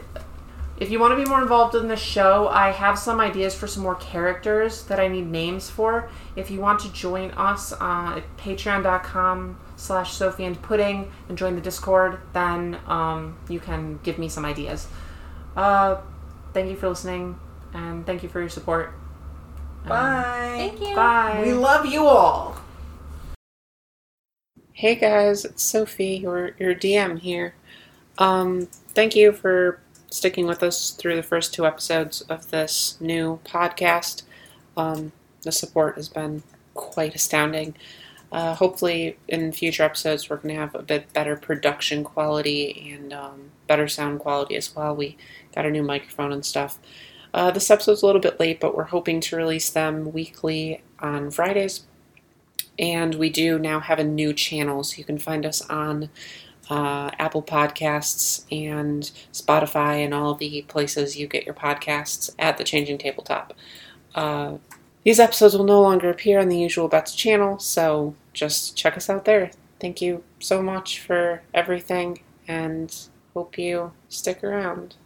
S2: if you want to be more involved in the show, I have some ideas for some more characters that I need names for. If you want to join us uh, at patreon.com slash Sophie and Pudding and join the Discord, then um, you can give me some ideas. Uh, thank you for listening, and thank you for your support.
S5: Bye.
S6: Thank you.
S2: Bye.
S5: We love you all.
S2: Hey guys, it's Sophie, your your DM here. Um, thank you for sticking with us through the first two episodes of this new podcast. Um, the support has been quite astounding. Uh, hopefully, in future episodes, we're going to have a bit better production quality and um, better sound quality as well. We got a new microphone and stuff. Uh, this episode's a little bit late, but we're hoping to release them weekly on Fridays and we do now have a new channel so you can find us on uh, apple podcasts and spotify and all the places you get your podcasts at the changing tabletop uh, these episodes will no longer appear on the usual bets channel so just check us out there thank you so much for everything and hope you stick around